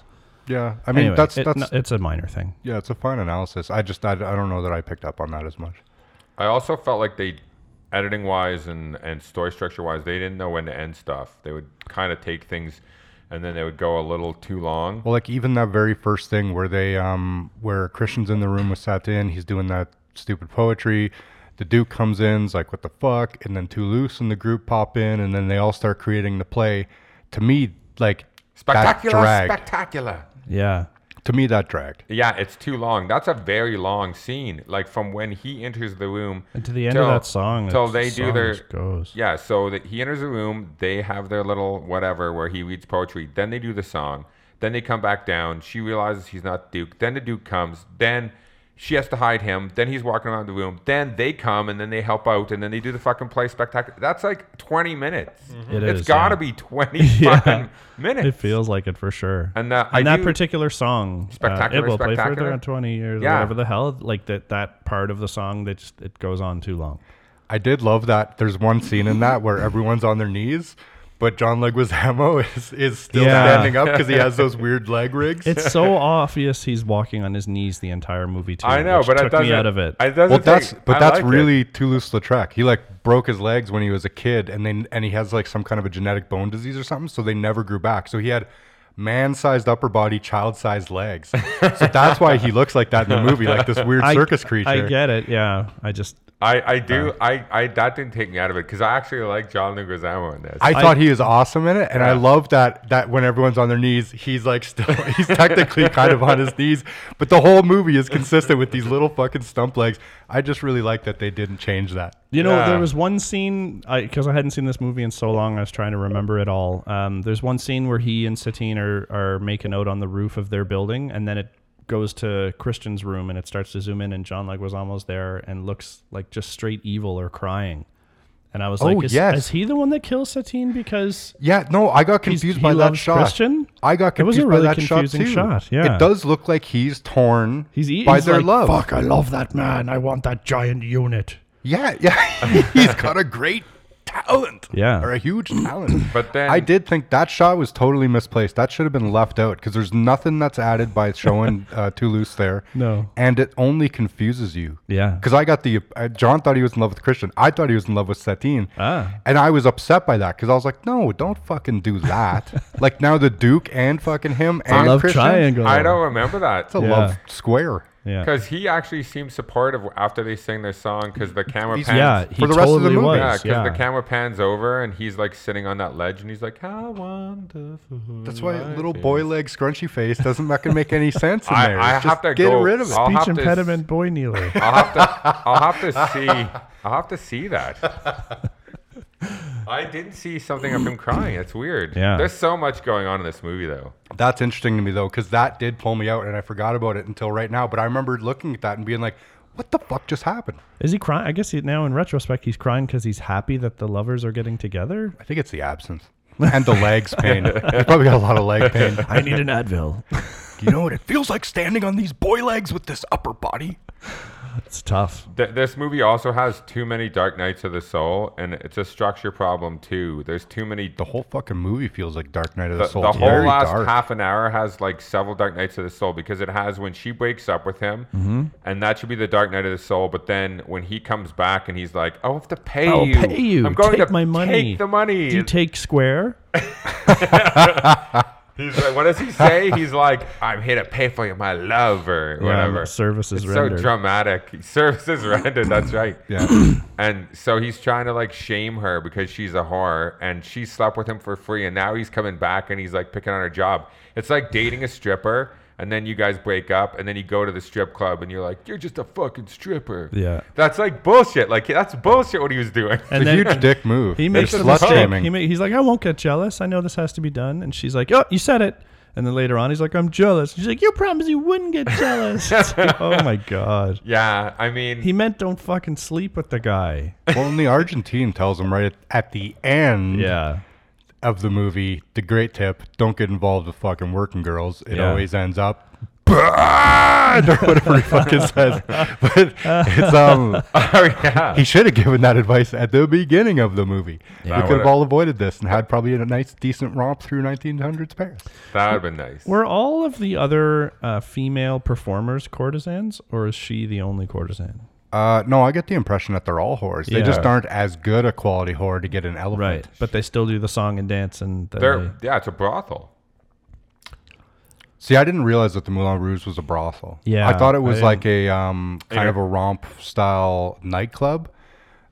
yeah, I mean anyway, that's it- that's no, it's a minor thing. yeah, it's a fine analysis. I just I, I don't know that I picked up on that as much. I also felt like they, editing wise and, and story structure wise, they didn't know when to end stuff. They would kind of take things and then they would go a little too long. Well, like even that very first thing where they, um, where Christian's in the room with Satin, he's doing that stupid poetry. The Duke comes in, is like, "What the fuck?" And then Toulouse and the group pop in, and then they all start creating the play. To me, like Spectacular, that dragged. spectacular. Yeah. to me, that dragged. Yeah, it's too long. That's a very long scene. Like from when he enters the room And to the end of that song, till that they do song their just goes. Yeah, so that he enters the room, they have their little whatever where he reads poetry. Then they do the song. Then they come back down. She realizes he's not Duke. Then the Duke comes. Then she has to hide him. Then he's walking around the room. Then they come and then they help out and then they do the fucking play spectacular. That's like 20 minutes. It has is, got to yeah. be 20 Yeah. fucking minutes. It feels like it for sure. And that- I that do- particular song, uh, Spectacular, it will play spectacular. further in twenty years, or Yeah. whatever the hell. Like that, that part of the song that just it goes on too long. I did love that. There's one scene in that where everyone's on their knees, but John Leguizamo is is still Yeah. standing up because he has those weird leg rigs. It's so obvious he's walking on his knees the entire movie too. I know, which but took it doesn't me out of it. I doesn't well, that's take- but I that's like it. really Toulouse-Lautrec. He like broke his legs when he was a kid, and then and he has like some kind of a genetic bone disease or something, so they never grew back. So he had man-sized upper body, child-sized legs. so that's why he looks like that in the movie, like this weird I- circus creature. I get it. Yeah, I just I, I do. I, I That didn't take me out of it because I actually like John Leguizamo in this. I thought he was awesome in it, and I love that that when everyone's on their knees, he's like still he's technically kind of on his knees, but the whole movie is consistent with these little fucking stump legs. I just really like that they didn't change that. You know, Yeah. there was one scene because I, hadn't seen this movie in so long. I was trying to remember it all. Um, there's one scene where he and Satine are are making out on the roof of their building, and then it goes to Christian's room and it starts to zoom in, and John Leguizamo's there and looks like just straight evil or crying. And I was Oh, like, is, yes. is he the one that kills Satine because Yeah, no, I got he's, confused he by that loves shot. Christian? I got It was confused a really by that confusing shot, shot, too. yeah. It does look like he's torn He's eating by their love. Fuck, I love that man. I want that giant unit. Yeah, yeah. he's got a great talent. Yeah. Or a huge talent. But then- I did think that shot was totally misplaced. That should have been left out because there's nothing that's added by showing uh, Toulouse there. No. And it only confuses you. Yeah. Because I got the uh, John thought he was in love with Christian. I thought he was in love with Satine. Ah. And I was upset by that because I was like, no, don't fucking do that. like now the Duke and fucking him and love Christian. triangle. I don't remember that. It's a love square. Yeah. Because he actually seemed supportive after they sang their song because the camera He's- pans. Yeah, he For the rest of the totally movie. was. Yeah, Yeah, because the camera pans over and he's like sitting on that ledge and he's like, "How wonderful." That's why life little is." boy leg scrunchy face doesn't fucking make any sense in I- there. I Just have to get go- rid of it. I'll Speech have to- impediment boy kneeler. I'll have to. I'll have to see. I'll have to see that. I didn't see something of him crying. It's weird. Yeah. There's so much going on in this movie, though. That's interesting to me though, because that did pull me out, and I forgot about it until right now. But I remember looking at that and being like, "What the fuck just happened?" Is he crying? I guess he, now in retrospect, he's crying because he's happy that the lovers are getting together. I think it's the absence and the legs pain. He's probably got a lot of leg pain. I need an Advil. You know what? It feels like standing on these boy legs with this upper body. It's tough. Th- this movie also has too many Dark Knights of the Soul, and it's a structure problem too. There's too many. The whole fucking movie feels like Dark Knight of the The, Soul. the It's whole very last dark. half an hour has like several Dark Knights of the Soul because it has when she wakes up with him, Mm-hmm. and that should be the Dark Knight of the Soul. But then when he comes back and he's like, "Oh, "I have to pay I'll you. pay you. I'm going take to my money. Take the money." Do you take Square? he's like, "What does he say?" he's like, "I'm here to pay for you, my love, or whatever." services it's rendered. so dramatic. Services rendered. That's right. Yeah. And so he's trying to like shame her because she's a whore and she slept with him for free and now he's coming back and he's like picking on her job. It's like dating a stripper and then you guys break up and then you go to the strip club and you're like, you're just a fucking stripper. Yeah. That's like bullshit. Like that's bullshit what he was doing. It's And a then huge dick move. He makes They're the slut mistake. shaming. He ma- he's like, I won't get jealous. I know this has to be done. And she's like, Oh, you said it. And then later on, he's like, I'm jealous. she's like, You promised you wouldn't get jealous. It's like, oh my god. yeah. I mean, He meant don't fucking sleep with the guy. well, and the Argentine tells him right at, at the end. Yeah. of the movie, the great tip: don't get involved with fucking working girls. It Yeah. always ends up bad or whatever he fucking says. But it's um, oh, yeah. he should have given that advice at the beginning of the movie. That we could have would've- all avoided this and had probably a nice, decent romp through 1900s Paris. that would have been nice. Were all of the other uh, female performers courtesans, or is she the only courtesan? Uh, no, I get the impression that they're all whores. They just Yeah. aren't as good a quality whore to get an elephant. Right, but they still do the song and dance, and they- They're, yeah, it's a brothel. See, I didn't realize that the Moulin Rouge was a brothel. Yeah, I thought I it was didn't- like a um, kind Yeah. of a romp style nightclub,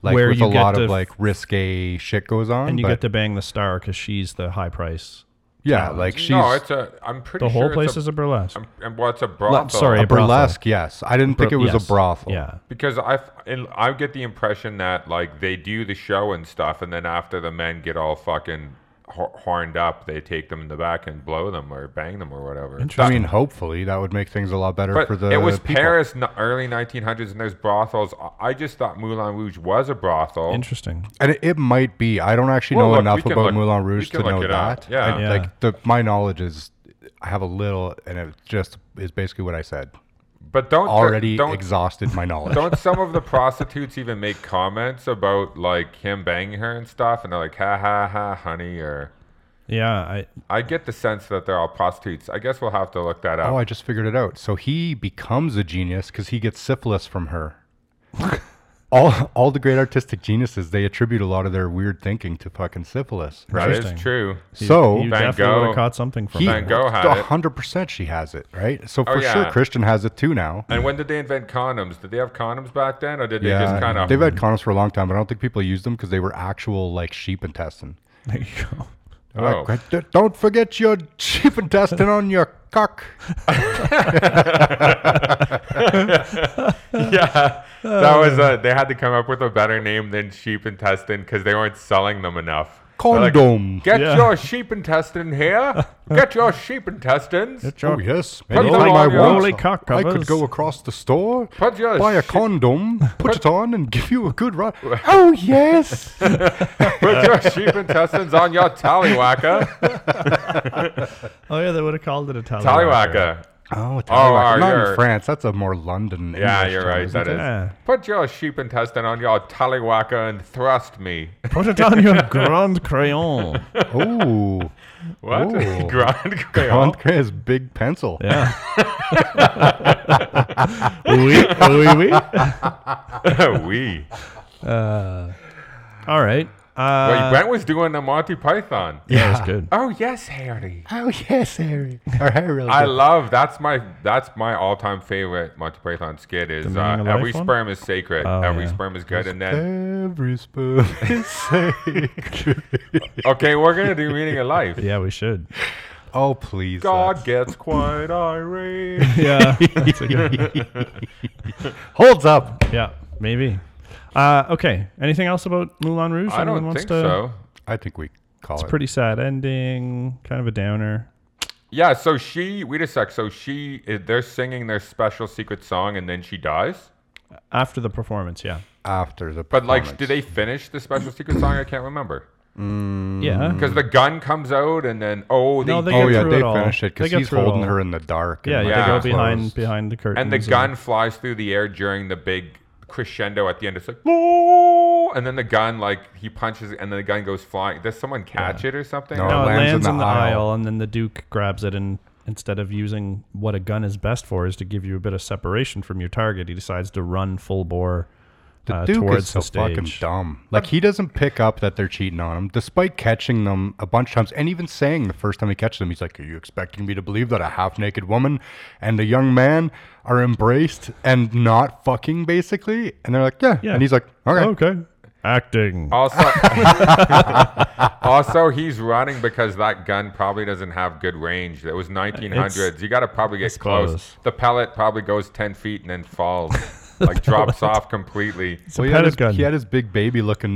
like Where with you a get lot to of f- like risque shit goes on. and you but get to bang the star because she's the high price. yeah, like she's no, it's a, I'm pretty The sure whole place it's is a burlesque. I'm- and what's a brothel? sorry, a a brothel. burlesque. Yes, I didn't think it was Yes. a brothel. Yeah, Because I, f- and I get the impression that like they do the show and stuff, and then after the men get all fucking hor- horned up, they take them in the back and blow them or bang them or whatever. I mean, hopefully that would make things a lot better But for the. it was people. Paris, n- early 1900s, and there's brothels. I- I just thought Moulin Rouge was a brothel. interesting. and it, it might be. I don't actually Well, know look, we enough can about look- Moulin we Rouge to can look know it up. that. Yeah. I- Yeah. like the my knowledge is, I have a little, and it just is basically what I said. But don't Already don't, exhausted my knowledge. don't some of the prostitutes even make comments about like him banging her and stuff, and they're like, ha ha ha, honey, or. Yeah, I I get the sense that they're all prostitutes. I guess we'll have to look that up. Oh, I just figured it out. So he becomes a genius because he gets syphilis from her. all all the great artistic geniuses they attribute a lot of their weird thinking to fucking syphilis. Right. that is interesting. true. so you Van definitely Gogh. would have caught something from he Van that. Gogh had it. Oh, hundred percent she has it right. So for yeah. sure Christian has it too now. And when did they invent condoms? Did they have condoms back then, or did they just kind of? they've had condoms for a long time, but I don't think people use them because they were actual like sheep intestine. There you go. They're Oh. like, "D- don't forget your sheep intestine on your cock. yeah, that was. A, they had to come up with a better name than sheep intestine because they weren't selling them enough. They're like, Condom. Get Yeah. your sheep intestine here. Get your sheep intestines. Oh yes, Put Maybe them like on my your- wallet. Holy cock I covers. could go across the store, Put your buy a shit- condom, put it on, and give you a good ride. oh yes, Oh, Put your sheep intestines on your tallywhacker. Oh yeah, they would have called it a tallywhacker. Tallywhacker. Oh, Tallywhacker. uh, not in you're- France. That's a more London. Yeah, English you're term, right. isn't That it? is. Yeah. Put your sheep intestine on your tallywhacker and thrust me. Put it on your grand crayon. Ooh, What? Grand Ooh. crayon. Grand Crayon is big pencil. Yeah. oui, oui, oui. we. All right. Uh, Wait, Brent was doing the Monty Python. yeah, it was good. Oh yes, Harry. Oh yes, Harry. Or Harry. I love that's my that's my all time favorite Monty Python skit is The Meaning uh, of every Life one? Oh, sperm is sacred. every yeah. sperm is good, and then Every spoon is sacred. okay, we're gonna do meaning of life. Yeah, we should. oh please. God that's- gets quite irate. Yeah. holds up. yeah, maybe. Uh, okay. Anything else about Moulin Rouge? I Anyone don't wants think to- so. I think we call it. Pretty sad ending. Kind of a downer. Yeah, so she wait a sec. So she i- they're singing their special secret song, and then she dies. After the performance, yeah. after the. Oh But like, performance. did they finish the special secret song? I can't remember Mm-hmm. Yeah. because the gun comes out, and then oh, they, Hmm. No, they did- Oh get yeah, through they it all. finished it They because get he's through it holding all. her in the dark. Yeah, and, yeah, like, they go eyes behind closed. behind the curtain. and the gun flies through the air during the big crescendo at the end. It's like "Whoa," and then the gun like he punches, and then the gun goes flying. Does someone catch it or something? No. No, Oh, it lands, in the, aisle. aisle. and then the Duke grabs it, and instead of using what a gun is best for, is to give you a bit of separation from your target, he decides to run full bore The uh, Duke towards is so the stage. fucking dumb. Like he doesn't pick up that they're cheating on him, despite catching them a bunch of times, and even saying the first time he catches them, he's like, "Are you expecting me to believe that a half-naked woman and a young man are embraced and not fucking, basically?" And they're like, "Yeah,", Yeah. and he's like, "Okay." Okay. Acting. Also, also, he's running because that gun probably doesn't have good range. It was 1900s. you got to probably get close. suppose. The pellet probably goes 10 feet and then falls, like drops off completely. it's Well, a he had, pellet his, gun. he had his big baby-looking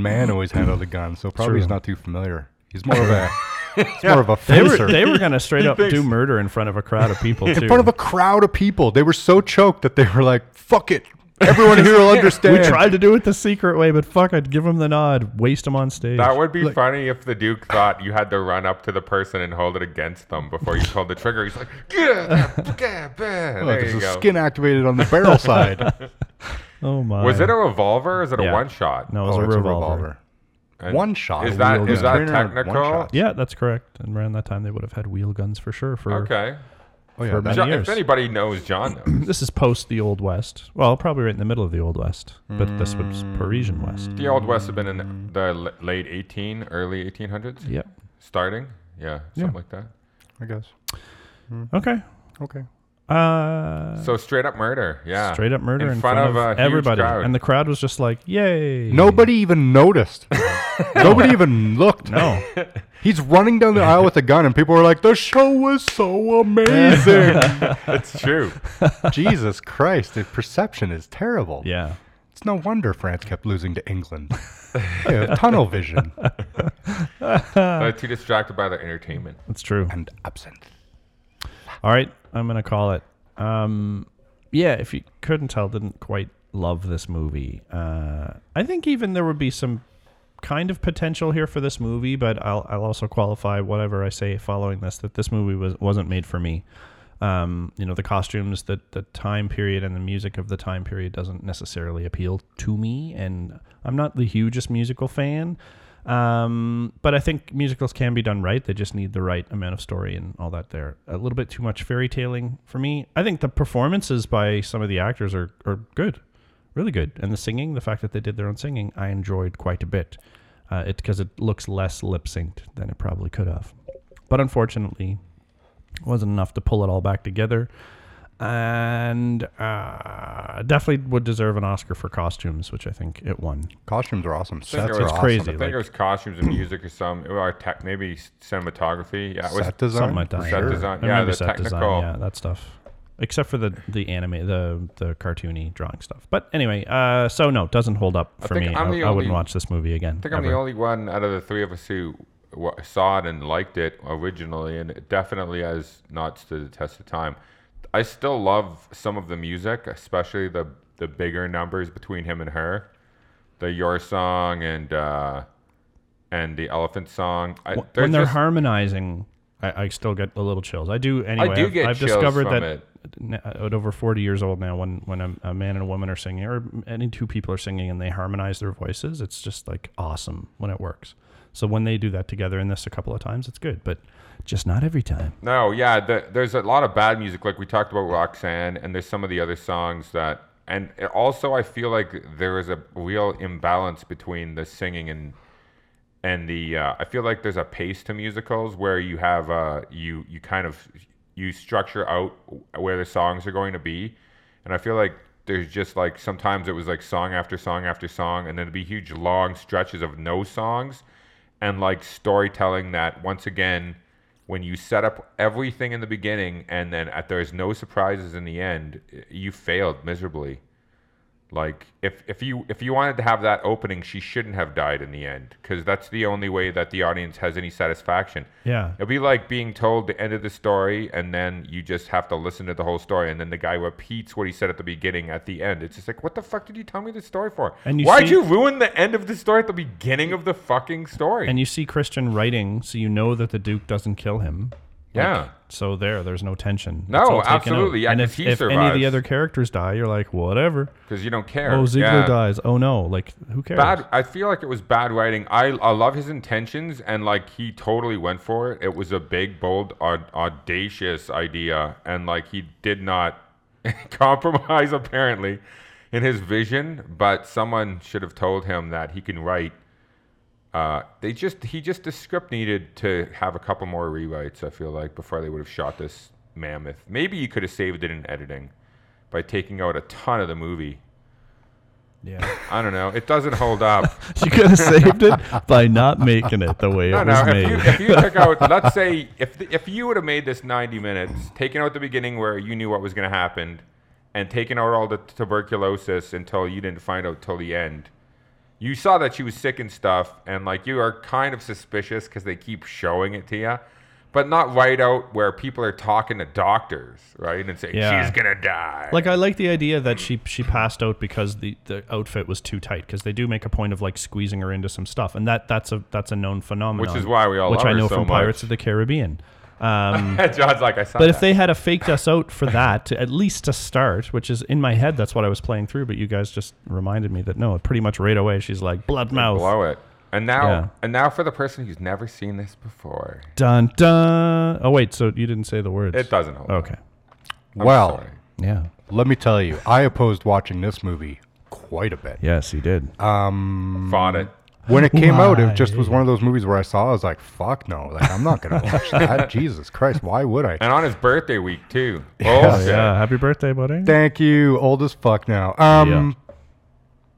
man always handle the gun, so probably he's True. not too familiar. He's more of a, he's more of a they were, facer. they were going to straight up do murder in front of a crowd of people, too. in front of a crowd of people. They were so choked that they were like, "Fuck it, everyone here will understand." we tried to do it the secret way, but fuck, I'd give him the nod, waste him on stage. That would be funny if the Duke thought you had to run up to the person and hold it against them before you pulled the trigger. He's like, yeah, yeah, yeah. Oh, there there's you a go. skin activated on the barrel side. oh, my. Was it a revolver? Or is it Yeah. a one shot? No, it was Oh, a, it's revolver. And One shot. Is that Wheeled is that gun. Trainer had one technical? shot. Yeah, that's correct. And around that time, they would have had wheel guns for sure. For Okay. Oh, yeah, For that- many John, if years. anybody knows, John knows. This is post the Old West. Well, probably right in the middle of the Old West, but this was Mm. Parisian West. The Old West had been in the- the l- late 18, early 1800s, Yep. starting. Yeah, something Yeah. like that. I guess. Okay. Okay. Uh, Mm-hmm. So straight up murder. Yeah. straight up murder in, front, of, a huge everybody, crowd. and the crowd was just like, "Yay!" Nobody even noticed. Nobody even looked. No. He's running down the aisle with a gun, and people were like, "The show was so amazing." it's true. Jesus Christ, the perception is terrible. yeah. It's no wonder France kept losing to England. Yeah, tunnel vision They're too distracted by their entertainment. That's true. and absinthe. All right, I'm gonna call it. Um, yeah, if you couldn't tell, didn't quite love this movie. Uh, I think even there would be some kind of potential here for this movie, but I'll I'll also qualify whatever I say following this that this movie was wasn't made for me. Um, you know, the costumes, the the time period, and the music of the time period doesn't necessarily appeal to me, and I'm not the hugest musical fan. Um, but I think musicals can be done right. They just need the right amount of story and all that there. A little bit too much fairy tailing for me. I think the performances by some of the actors are, are good, really good. And the singing, the fact that they did their own singing, I enjoyed quite a bit. Uh, it because it looks less lip synced than it probably could have, but unfortunately, wasn't enough to pull it all back together. And uh, definitely would deserve an Oscar for costumes, which I think it won. Costumes are awesome. think it Sets are was awesome. crazy. I think like- it was costumes and music or some, or tech, maybe s- cinematography. Yeah, it was Set design. Something like that. for Set sure. design. I Yeah, remember the set technical. design, yeah, that stuff. Except for the the anime, the the cartoony drawing stuff. But anyway, uh, so no, doesn't hold up for think me. I'm I, the I wouldn't only- watch this movie again. I think I'm the ever. only one out of the three of us who w- saw it and liked it originally, and it definitely has not stood the test of time. I still love some of the music, especially the the bigger numbers between him and her, the Your Song and uh, and the Elephant Song. I, when they're just- harmonizing, I, I still get a little chills. I do anyway. do I've, get I've chills discovered from that it. n- uh, at over 40 years old now when when a, a man and a woman are singing or any two people are singing and they harmonize their voices it's just like awesome when it works so when they do that together in this a couple of times it's good but just not every time No, yeah, the, there's a lot of bad music. Like we talked about Roxanne, and there's some of the other songs that, and it- also I feel like there is a real imbalance between the singing and and the. Uh, I feel like there's a pace to musicals where you have uh, you you kind of you structure out where the songs are going to be, and I feel like there's just like sometimes it was like song after song after song, and then there'd be huge long stretches of no songs, and like storytelling that once again when you set up everything in the beginning and then at, there's no surprises in the end i- you failed miserably like if, if you if you wanted to have that opening she shouldn't have died in the end because that's the only way that the audience has any satisfaction Yeah. it'd be like being told the end of the story and then you just have to listen to the whole story and then the guy repeats what he said at the beginning at the end it's just like what the fuck did you tell me the story for And you why'd see- you ruin the end of the story at the beginning of the fucking story and you see christian writing so you know that the duke doesn't kill him yeah so there there's no tension It's No, all taken out. absolutely. Yeah, and 'cause if, he if any of the survives. other characters die you're like whatever because you don't care oh ziegler yeah. dies oh no like who cares bad i feel like it was bad writing i i love his intentions and like he totally went for it it was a big bold aud- audacious idea and like he did not compromise apparently in his vision but someone should have told him that he can write uh, they just he just the script needed to have a couple more rewrites i feel like before they would have shot this mammoth maybe you could have saved it in editing by taking out a ton of the movie yeah i don't know it doesn't hold up you could have saved it by not making it the way it No, was no. made If you, if you took out, let's say, if the, if you would have made this 90 minutes, taken out the beginning where you knew what was going to happen, and taken out all the tuberculosis until you didn't find out till the end, you saw that she was sick and stuff, and like you are kind of suspicious because they keep showing it to you, but not right out where people are talking to doctors, right, and saying Yeah. she's gonna die. Like I like the idea that she she passed out because the, the outfit was too tight because they do make a point of like squeezing her into some stuff and that that's a that's a known phenomenon Which is why we all which love I her know so from Pirates much. of the Caribbean. Um, John's like I saw. but if that." they had a faked us out for that to, at least to start, which is in my head that's what I was playing through, but you guys just reminded me that no, pretty much right away she's like blood mouth blow it, and now Yeah. and now for the person who's never seen this before, dun dun. Oh wait, so you didn't say the words? it doesn't hold. up. Okay. I'm well, sorry. Yeah. let me tell you, I opposed watching this movie quite a bit. Yes, he did. fought it. When it came out, Why? it just was one of those movies where I saw, I was like, fuck no. Like, I'm not going to watch that. Jesus Christ, why would I? And on his birthday week too. Oh, Bullshit. yeah. Happy birthday, buddy. Thank you. Old as fuck now. Um,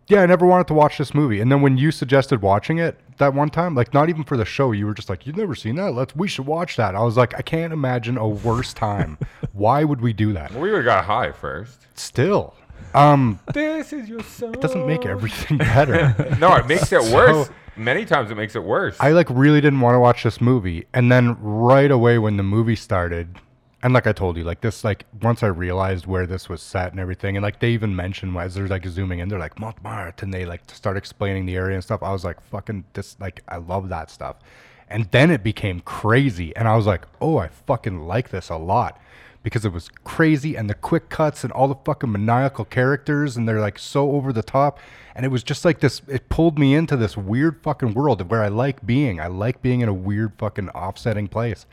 yeah. I never wanted to watch this movie. And then when you suggested watching it that one time, like not even for the show, you were just like, "You've never seen that? Let's we should watch that." I was like, "I can't imagine a worse time. Why would we do that?" Well, we would have got high first. Still, um, This is your song. it doesn't make everything better. No, it makes it worse. Many times it makes it worse. I like really didn't want to watch this movie, and then right away when the movie started. And like I told you, like this, like once I realized where this was set and everything, and like they even mentioned as they're like zooming in, they're like Montmartre, and they like start explaining the area and stuff. I was like, fucking, this, like I love that stuff. And then it became crazy, and I was like, oh, I fucking like this a lot because it was crazy and the quick cuts and all the fucking maniacal characters and they're like so over the top and it was just like this it pulled me into this weird fucking world where I like being I like being in a weird fucking offsetting place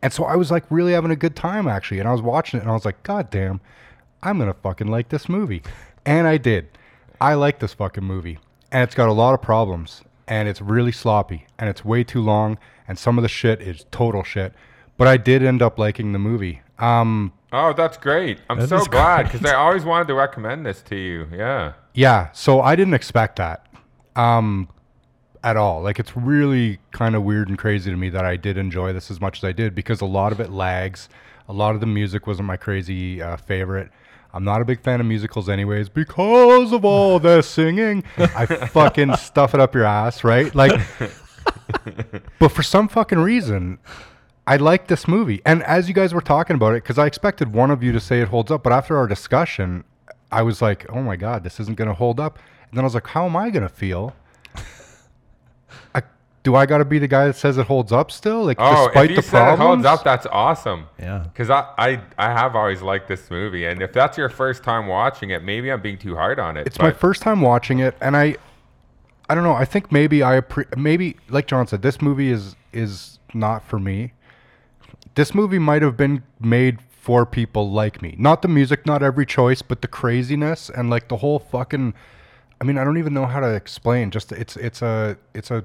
and so I was like really having a good time actually and I was watching it and I was like god damn I'm going to fucking like this movie and I did I like this fucking movie and it's got a lot of problems and it's really sloppy and it's way too long and some of the shit is total shit but I did end up liking the movie. Um, oh, that's great. I'm That so is glad because I always wanted to recommend this to you. Yeah. yeah, so I didn't expect that um, at all. Like, it's really kind of weird and crazy to me that I did enjoy this as much as I did because a lot of it lags. A lot of the music wasn't my crazy uh, favorite. I'm not a big fan of musicals, anyways, because of all the singing. I fucking stuff it up your ass, right? Like, but for some fucking reason, I like this movie. And as you guys were talking about it, because I expected one of you to say it holds up, but after our discussion, I was like, oh my God, this isn't going to hold up. And then I was like, how am I going to feel? I, do I got to be the guy that says it holds up still? Like, Oh, despite if you the said it problems. holds up, that's awesome. Yeah. Because I, I, I have always liked this movie, and if that's your first time watching it, maybe I'm being too hard on it. It's my first time watching it, and I, I don't know. I think maybe I appre- maybe like John said, this movie is is not for me. This movie might have been made for people like me. Not the music, not every choice, but the craziness and like the whole fucking. I mean, I don't even know how to explain. Just it's it's a it's a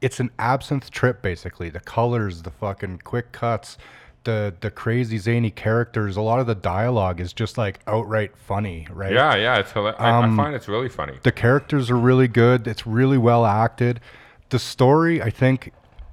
it's an absinthe trip basically. The colors, the fucking quick cuts, the the crazy zany characters. A lot of the dialogue is just like outright funny, right? Yeah, yeah, it's hila- I, I find it's really funny. The characters are really good. It's really well acted. The story, I think,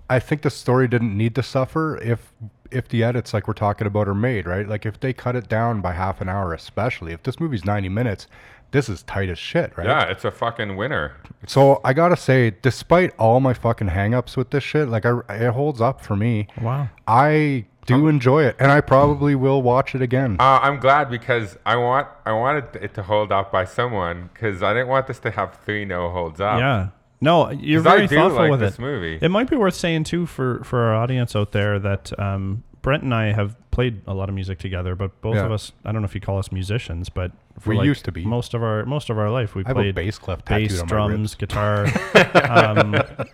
I think the story didn't need to suffer if if the edits like we're talking about are made right. Like if they cut it down by half an hour, especially if this movie's ninety minutes, this is tight as shit, right? Yeah, it's a fucking winner. So I gotta say, despite all my fucking hangups with this shit, like I, it holds up for me. Wow. I do enjoy it, and I probably will watch it again. Uh, I'm glad because I want I wanted it to hold up by someone because I didn't want this to have three no holds up. Yeah. No, you're 'Cause I very do thoughtful like with this it. movie. It might be worth saying too for for our audience out there that um, Brent and I have played a lot of music together, but both Yeah. of us I don't know if you call us musicians, but for We like used to be. most of our most of our life we have a played bass clef tattooed bass, on my drums, guitar. um, that-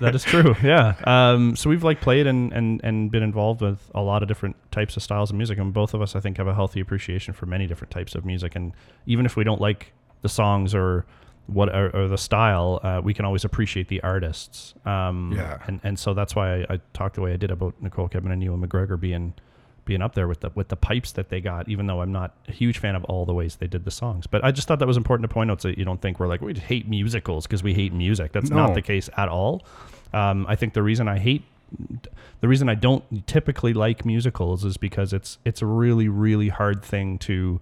that is true. Yeah. Um, so we've like played and, and and been involved with a lot of different types of styles of music, and both of us I think have a healthy appreciation for many different types of music, and even if we don't like the songs or what or, or the style, uh, we can always appreciate the artists. Um, Yeah. And and so that's why I, I talked the way I did about Nicole Kidman and Ewan McGregor being. Being up there with the with the pipes that they got, even though I'm not a huge fan of all the ways they did the songs, but I just thought that was important to point out so that you don't think we're like we hate musicals because we hate music. That's No. not the case at all. Um, I think the reason I hate, the reason I don't typically like musicals is because it's it's a really really hard thing to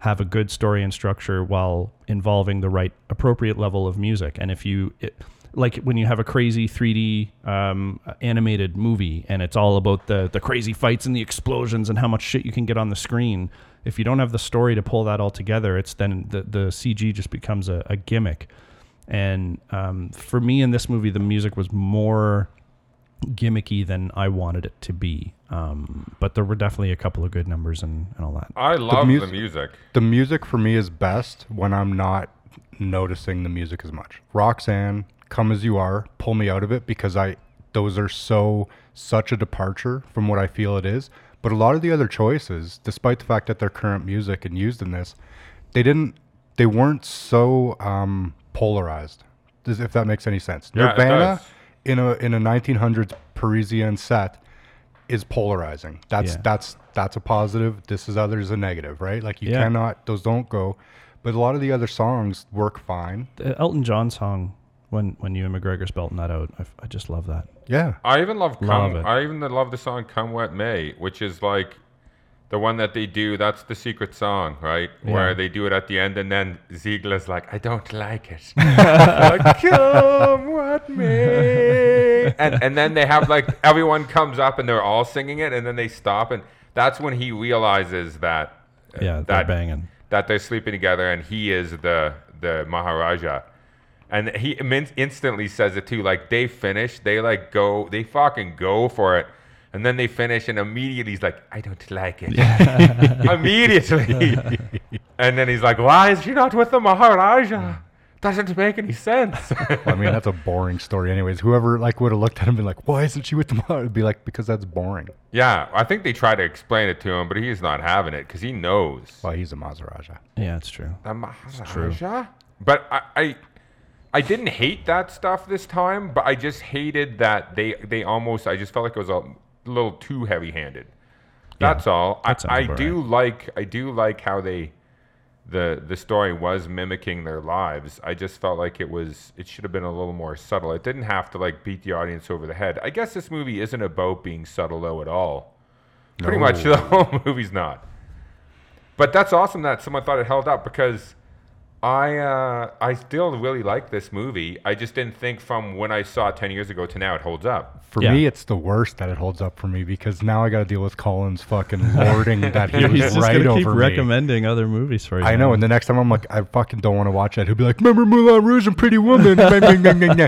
have a good story and structure while involving the right appropriate level of music. And if you it, like when you have a crazy 3D um, animated movie and it's all about the the crazy fights and the explosions and how much shit you can get on the screen. If you don't have the story to pull that all together, it's then the, the CG just becomes a, a gimmick. And um, for me in this movie, the music was more gimmicky than I wanted it to be. Um, but there were definitely a couple of good numbers and, and all that. I love the, mus- music. The music for me is best when I'm not noticing the music as much. Roxanne, Come As You Are, pull me out of it because I those are so such a departure from what I feel it is. But a lot of the other choices, despite the fact that they're current music and used in this, they didn't they weren't so um, polarized. Does- If that makes any sense. Yeah, it Nirvana does. in a in a 1900s Parisian set is polarizing. That's Yeah. that's that's a positive. This is others a negative, right? Like you Yeah. cannot those don't go. But a lot of the other songs work fine. The Uh, Elton John song, when, when you and McGregor's belting that out, I, f- I just love that. Yeah. I even love come. Love it. I even love the song "Come What May," which is like the one that they do. That's the secret song, right? Where they do it at the end, and then Ziegler's like, "I don't like it." like, Come what may, and and then they have like everyone comes up and they're all singing it, and then they stop, and that's when he realizes that Yeah, they're that banging. that they're sleeping together and he is the the Maharaja. And he min- instantly says it too. Like they finish, they like go, they fucking go for it, and then they finish, and immediately he's like, "I don't like it." immediately, and then he's like, "Why is she not with the Maharaja? Doesn't make any sense." Well, I mean, that's a boring story anyways. Whoever like would have looked at him and been like, "Why isn't she with the would be like, "Because that's boring." yeah, I think they try to explain it to him, but he's not having it because he knows. Well, he's a Masaraja. Yeah, it's true. The Maharaja. But I, I, I didn't hate that stuff this time, but I just hated that they they almost. I just felt like it was a little too heavy-handed. That's all. I, sounds I about do like I do like how they the the story was mimicking their lives. I just felt like it was it should have been a little more subtle. It didn't have to like beat the audience over the head. I guess this movie isn't about being subtle though at all. Pretty much the whole movie's not. But that's awesome that someone thought it held up because I uh, I still really like this movie. I just didn't think from when I saw it ten years ago to now it holds up. For Yeah. me, it's the worst that it holds up for me because now I got to deal with Colin's fucking lording that he was He's just right gonna over keep me. recommending other movies for you. I know, and the next time I'm like, I fucking don't want to watch that. He'll be like, "Remember Moulin Rouge and Pretty Woman?" That's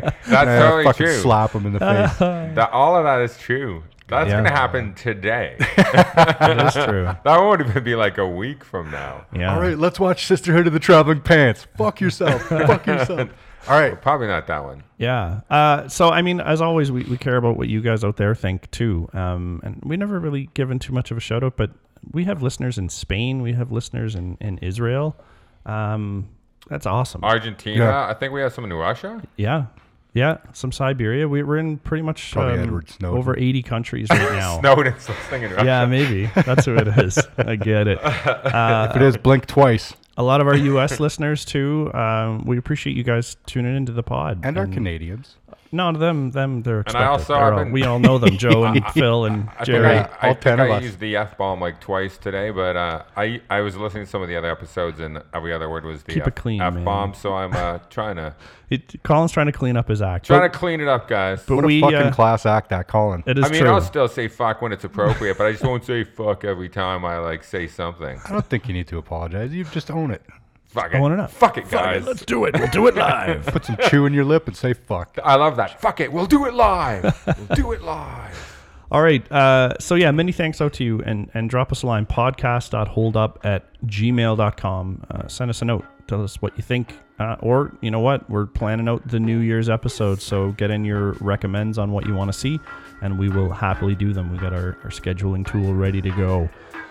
totally fucking true. Slap him in the face. That all of that is true. That's Yeah. gonna happen today. that's true. that won't even be like a week from now. Yeah. All right, let's watch Sisterhood of the Traveling Pants. Fuck yourself. Fuck yourself. All right, Probably not that one. Yeah. Uh, so, I mean, as always, we, we care about what you guys out there think too. Um, and we never really given too much of a shout out, but we have listeners in Spain. We have listeners in, in Israel. Um, that's awesome. Argentina. Yeah. I think we have some in Russia. yeah. Yeah. Some Siberia. We, we're in pretty much Probably um, Edward Snowden. over 80 countries right now. Snowden's listening in Russia. yeah, maybe. That's who it is. I get it. if it is, blink twice. A lot of our U.S. listeners too. Um, we appreciate you guys tuning into the pod. And our Canadians. No, them, them, they're. Expected. I also They're have all- been- we all know them, Joe and Phil and I think Jerry. I, Jerry, I, all think 10 of I us. used the f bomb like twice today, but uh, I I was listening to some of the other episodes and every other word was the Keep it f clean, man. bomb. So I'm uh, trying to It, Colin's trying to clean up his act. trying to clean it up, guys. But What we, a fucking uh, class act that, Colin. it is I mean, true. I'll still say fuck when it's appropriate, but I just won't say fuck every time I like say something. I don't think you need to apologize. You just own it. Fuck I it. want it up. Fuck it, guys. do it. We'll do it live. Put some chew in your lip and say fuck. I love that. Fuck it. We'll do it live. We'll do it live. all right. Uh, so yeah, many thanks out to you, and and drop us a line podcast.holdup at gmail.com. Uh, send us a note. Tell us what you think. Uh, or you know what? We're planning out the New Year's episode, so get in your recommends on what you want to see, and we will happily do them. We got our, our scheduling tool ready to go.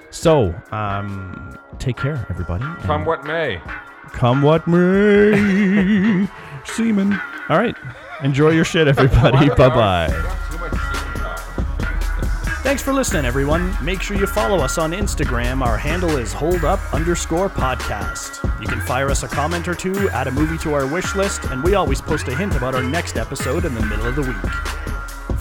So um, take care, everybody. and- Come what may. Come what may, semen. All right. Enjoy your shit, everybody. bye bye. Too much shit talk. Thanks for listening, everyone. Make sure you follow us on Instagram. Our handle is holdup underscore podcast. You can fire us a comment or two, add a movie to our wish list, and we always post a hint about our next episode in the middle of the week.